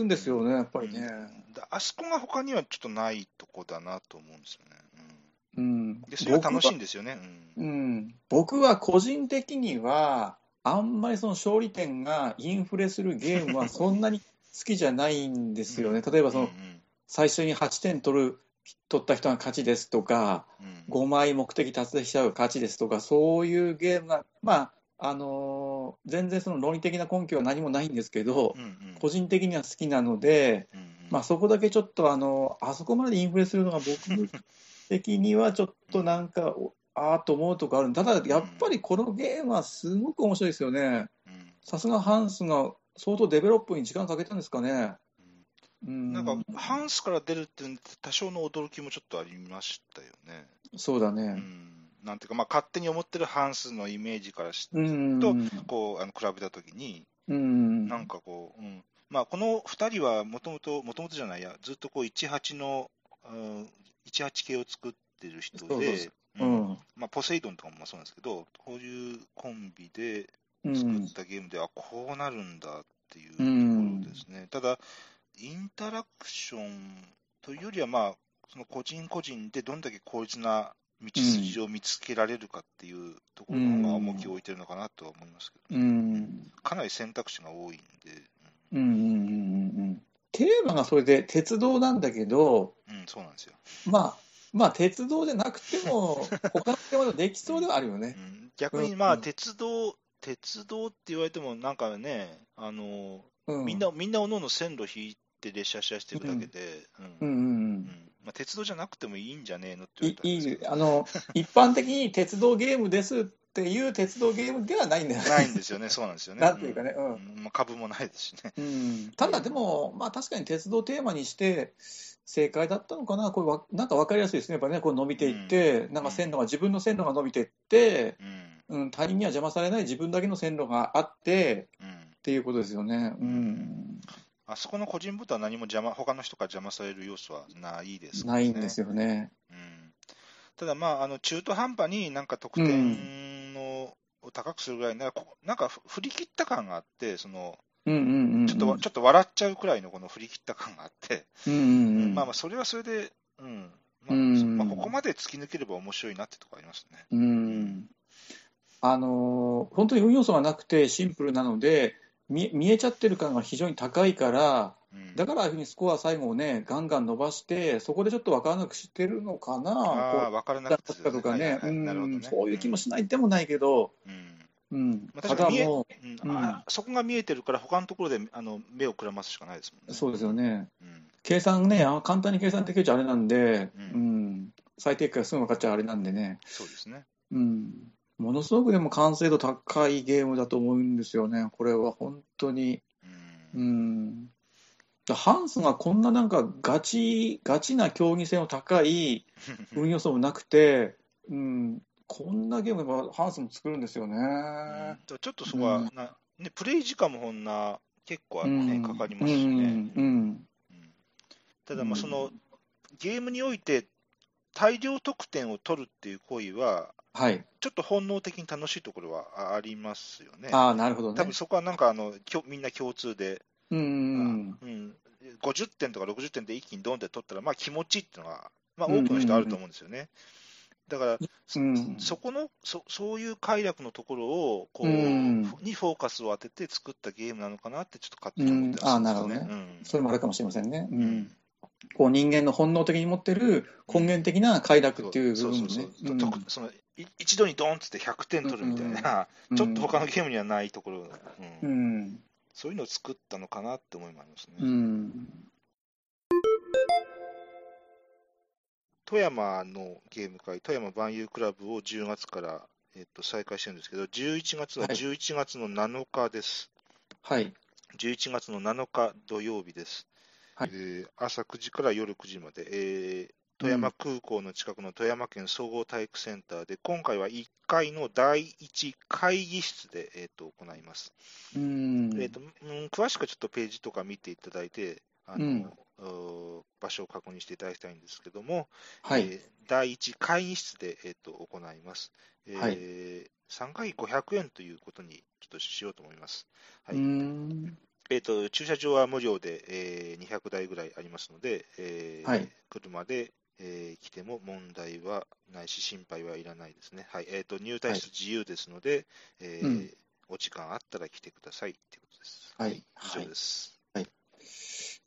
んですよね、やっぱりね。
だあそこが他にはちょっとないとこだなと思うんですよね。
うん
うん、で、それが楽しい
僕
ん
は
ですよね。うん
うん、僕は個人的には、あんまりその勝利点がインフレするゲームはそんなに好きじゃないんですよね。例えばその、
うん
最初に8点取る取った人が勝ちですとか、
うん
5枚目的達成しちゃう勝ちですとか、そういうゲームが、まああのー全然その論理的な根拠は何もないんですけど、
うんうん
個人的には好きなので、
うんうん
まあ、そこだけちょっと、あのあそこまでインフレするのが僕
(laughs)
的にはちょっとなんか、おああと思うとこあるただ、やっぱりこのゲームはすごく面白いですよね。
うん
さすがハンスが相当デベロップに時間かけたんですかね。うん
なんか、ハンスから出るっていうのって多少の驚きもちょっとありましたよね。
そうだね。
うん、なんていうか、まあ、勝手に思ってるハンスのイメージからし
うん
とこうあの比べたときに、
うん、
なんかこう、うんまあ、この2人はもともと、もともとじゃないや、ずっとこう18の、うん、18系を作ってる人
そうそうそ
で、
う
うん
ん
まあ、ポセイドンとかもそうなんですけど、こういうコンビで
う
作
ん
っ、たゲームでは、あこうなるんだっていうとこ
うん
ろですね。ただ、インタラクションというよりは、まあ、その個人個人でどんだけ効率な道筋を見つけられるかっていうところの方が重きを置いてるのかなとは思いますけ
う
どね、
ん、
かなり選択肢が多いんで、
うん、うん、うん、うん。テーマがそれで鉄道なんだけど、
うん、うんそうなんですよ。
まあ、まあ、鉄道じゃなくても、他のテーマでもできそうではあるよ
(laughs)
ね
う。ん逆にまあ
うん
鉄道、鉄道って言われても、なんかね、あの
う
みんな、みんなおのおの線路引いて列車走らせていくだけで、
う
う
んん、う
うん
ん、
まあ、鉄道じゃなくてもいいんじゃねえのって
うん。
言
い
われたん
い
ですけ
い、
ど
あの、一般的に鉄道ゲームですっていう鉄道ゲームではないんだよね。
(laughs) ないんですよね、そうなんですよね。
なんていうかねうん
んまあ、株もないですしね。
うん、ただでも、まあ、確かに鉄道テーマにして正解だったのかな、これわなんか分かりやすいですね、やっぱりね、こう伸びていって、
うん
なんか線路が、自分の線路が伸びていって、
うん
うん、他人には邪魔されない自分だけの線路があって
うん
っていうことですよね。うん、
あそこの個人部とは何も邪魔、他の人から邪魔される要素はないですから
な
ね
いんですよね。
うんただ、まあ、あの中途半端になんか得点の、を高くするぐらいな、こなんかふ振り切った感があって、その
うんうんうんうん、
ちょっとわちょっと笑っちゃうくらいのこの振り切った感があって、
うんうんうん
まあまあ、それはそれで、うんまあ
うん
そまあ、ここまで突き抜ければ面白いなってとこありますね。
うんあのー本当に運要素がなくてシンプルなので見見えちゃってる感が非常に高いから。
うん
だからああいうふうにスコア最後をね、ガンガン伸ばして、そこでちょっと分からなくしてるのかな、
ああ、
こ
分から
う
な
だっ
く
た
て
とか
はい
ね、
は
う
いなるほど
ん
ね
そういう気もしないでもないけど、
うん
うん、
まあ
た
確か
だ
に見え
も
うん
うん
あそこが見えてるから、他のところであの目をくらますしかないですもん
う、
ね。
そうですよね、
うん
計算ね、あ簡単に計算できるじゃあれなんで、
う
うんん、最適化すぐ分かっちゃうあれなんでね、
そうですね。
うん、ものすごくでも完成度高いゲームだと思うんですよね、これは本当に。
うん
うん、だハンスがこんななんかガチ、ガチな競技性の高い、運要素もなくて、うん、こんなゲームやっぱハンスも作るんですよね。
うんちょっとそこは、
うん
なね、プレイ時間もこんな、結構、
うん
ねかかりますしね。
うんうん
うんただ、ま
う
あ
ん
その、ゲームにおいて、大量得点を取るっていう行為は、
はい。
ちょっと本能的に楽しいところはあありますよね。
ああ、なるほど
多
ね
分。そこはなんかあのきょみんな共通で、
うん。
うん、50点とか60点で一気にドンって取ったら、まあ、気持ちいいっていうのが、まあ、多くの人あると思うんですよね。だから、
うん
そこのそ、そういう快楽のところをこう、
うん
にフォーカスを当てて作ったゲームなのかなって、ちょっと勝手に思ってます、
うんあーなるほどね
うん
それもあるかもしれませんね。う
うん
ん。こう人間の本能的に持ってる根源的な快楽っていう部
そう
分
そ
も
うそ
ね
う、。ととそのい一度にドンっつって100点取るみたいな、
うん
ちょっと他のゲームにはないところ、う
うんん。
そういうのを作ったのかなって思いもありますね。
うん。
富山のゲーム会、富山万有クラブを10月から、えっと、再開してるんですけど、11月は
はい
11月の7日です。
はい。
11月の7日土曜日です、
はい
えー朝9時から夜9時まで、えー富山空港の近くの富山県総合体育センターで、今回は1階の第1会議室で、えっと行います。
うん。
えーとうん詳しくはちょっとページとか見ていただいて、あの、う場所を確認していただきたいんですけども、
はい、
えー第1会議室で、えー、と行います、えー
は
参加費500円ということにちょっとしようと思います。はいう
ーん
えー、と駐車場は無料で、えー200台ぐらいありますので、えー
はい
車で、えー来ても問題はないし、心配はいらないですね。はいえー、と入退室自由ですので、えー
うん
お時間あったら来てくださいってことです。
はい
以上です。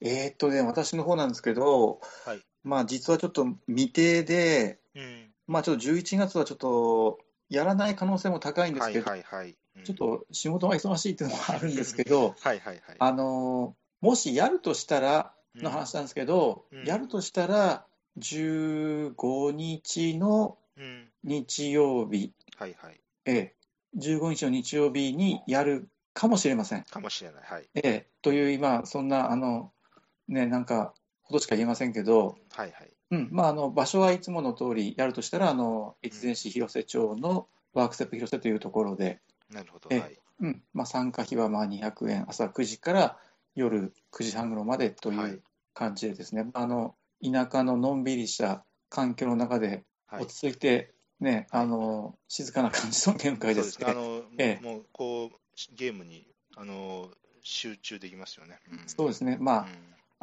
えーっとね、私の方なんですけど、
はい
まあ実はちょっと未定で、
うん
まあちょっと11月はちょっとやらない可能性も高いんです
はい
けど、
はいはい。うん
ちょっと仕事が忙しいっていうのもあるんですけど、
はいはいはい。
あのーもしやるとしたらの話なんですけど、
うん
やるとしたら15日の
うん、
日曜日、
はいはい。
ええ、15日の日曜日にやるかもしれません。
かもしれない。はい。
ええ、という今、そんな、あの、ね、なんか、ことしか言えませんけど、
はいはい。
うん、まあ、あの、場所はいつもの通りやるとしたら、あの、越前市広瀬町のワークセップ広瀬というところで、
なるほど。は
え
い。
えうん、まあ、参加費はまあ200円、朝9時から夜9時半頃までと
はいいう
感じでですね、あの、田舎ののんびりした環境の中で、
はい
落。ち着いて、ね、あの、静かな感じのゲーム会
そ
で
うですすね。
ね。
あの、
ええ
もう、こう、ゲームに、あの、集中できますよね。ん
そうですね、まあ、
うん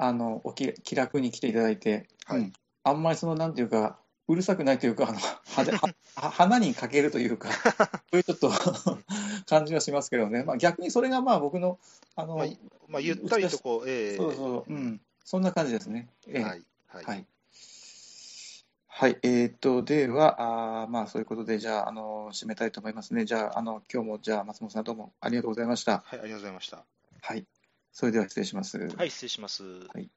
あのおき気楽に来ていただいて、
はい
うんあんまりそのなんていうか、うるさくないというか、あのはではは花にかけるという
(laughs)
か、そういうちょっと (laughs) 感じはしますけどね、まあ、逆にそれがまあ僕の、あの
まあ、まあ、ゆったりとこう、ええ
そうそう、うん、そんな感じですね。ええ
はい、はい、
はいはい、えーっと、では、あーまあ、そういうことで、じゃあ、あの、締めたいと思いますね。じゃあ、あの、今日も、じゃあ、松本さん、どうもありがとうございました。
はいありがとうございました。
はい、それでは失礼します。
はい、失礼します。
はい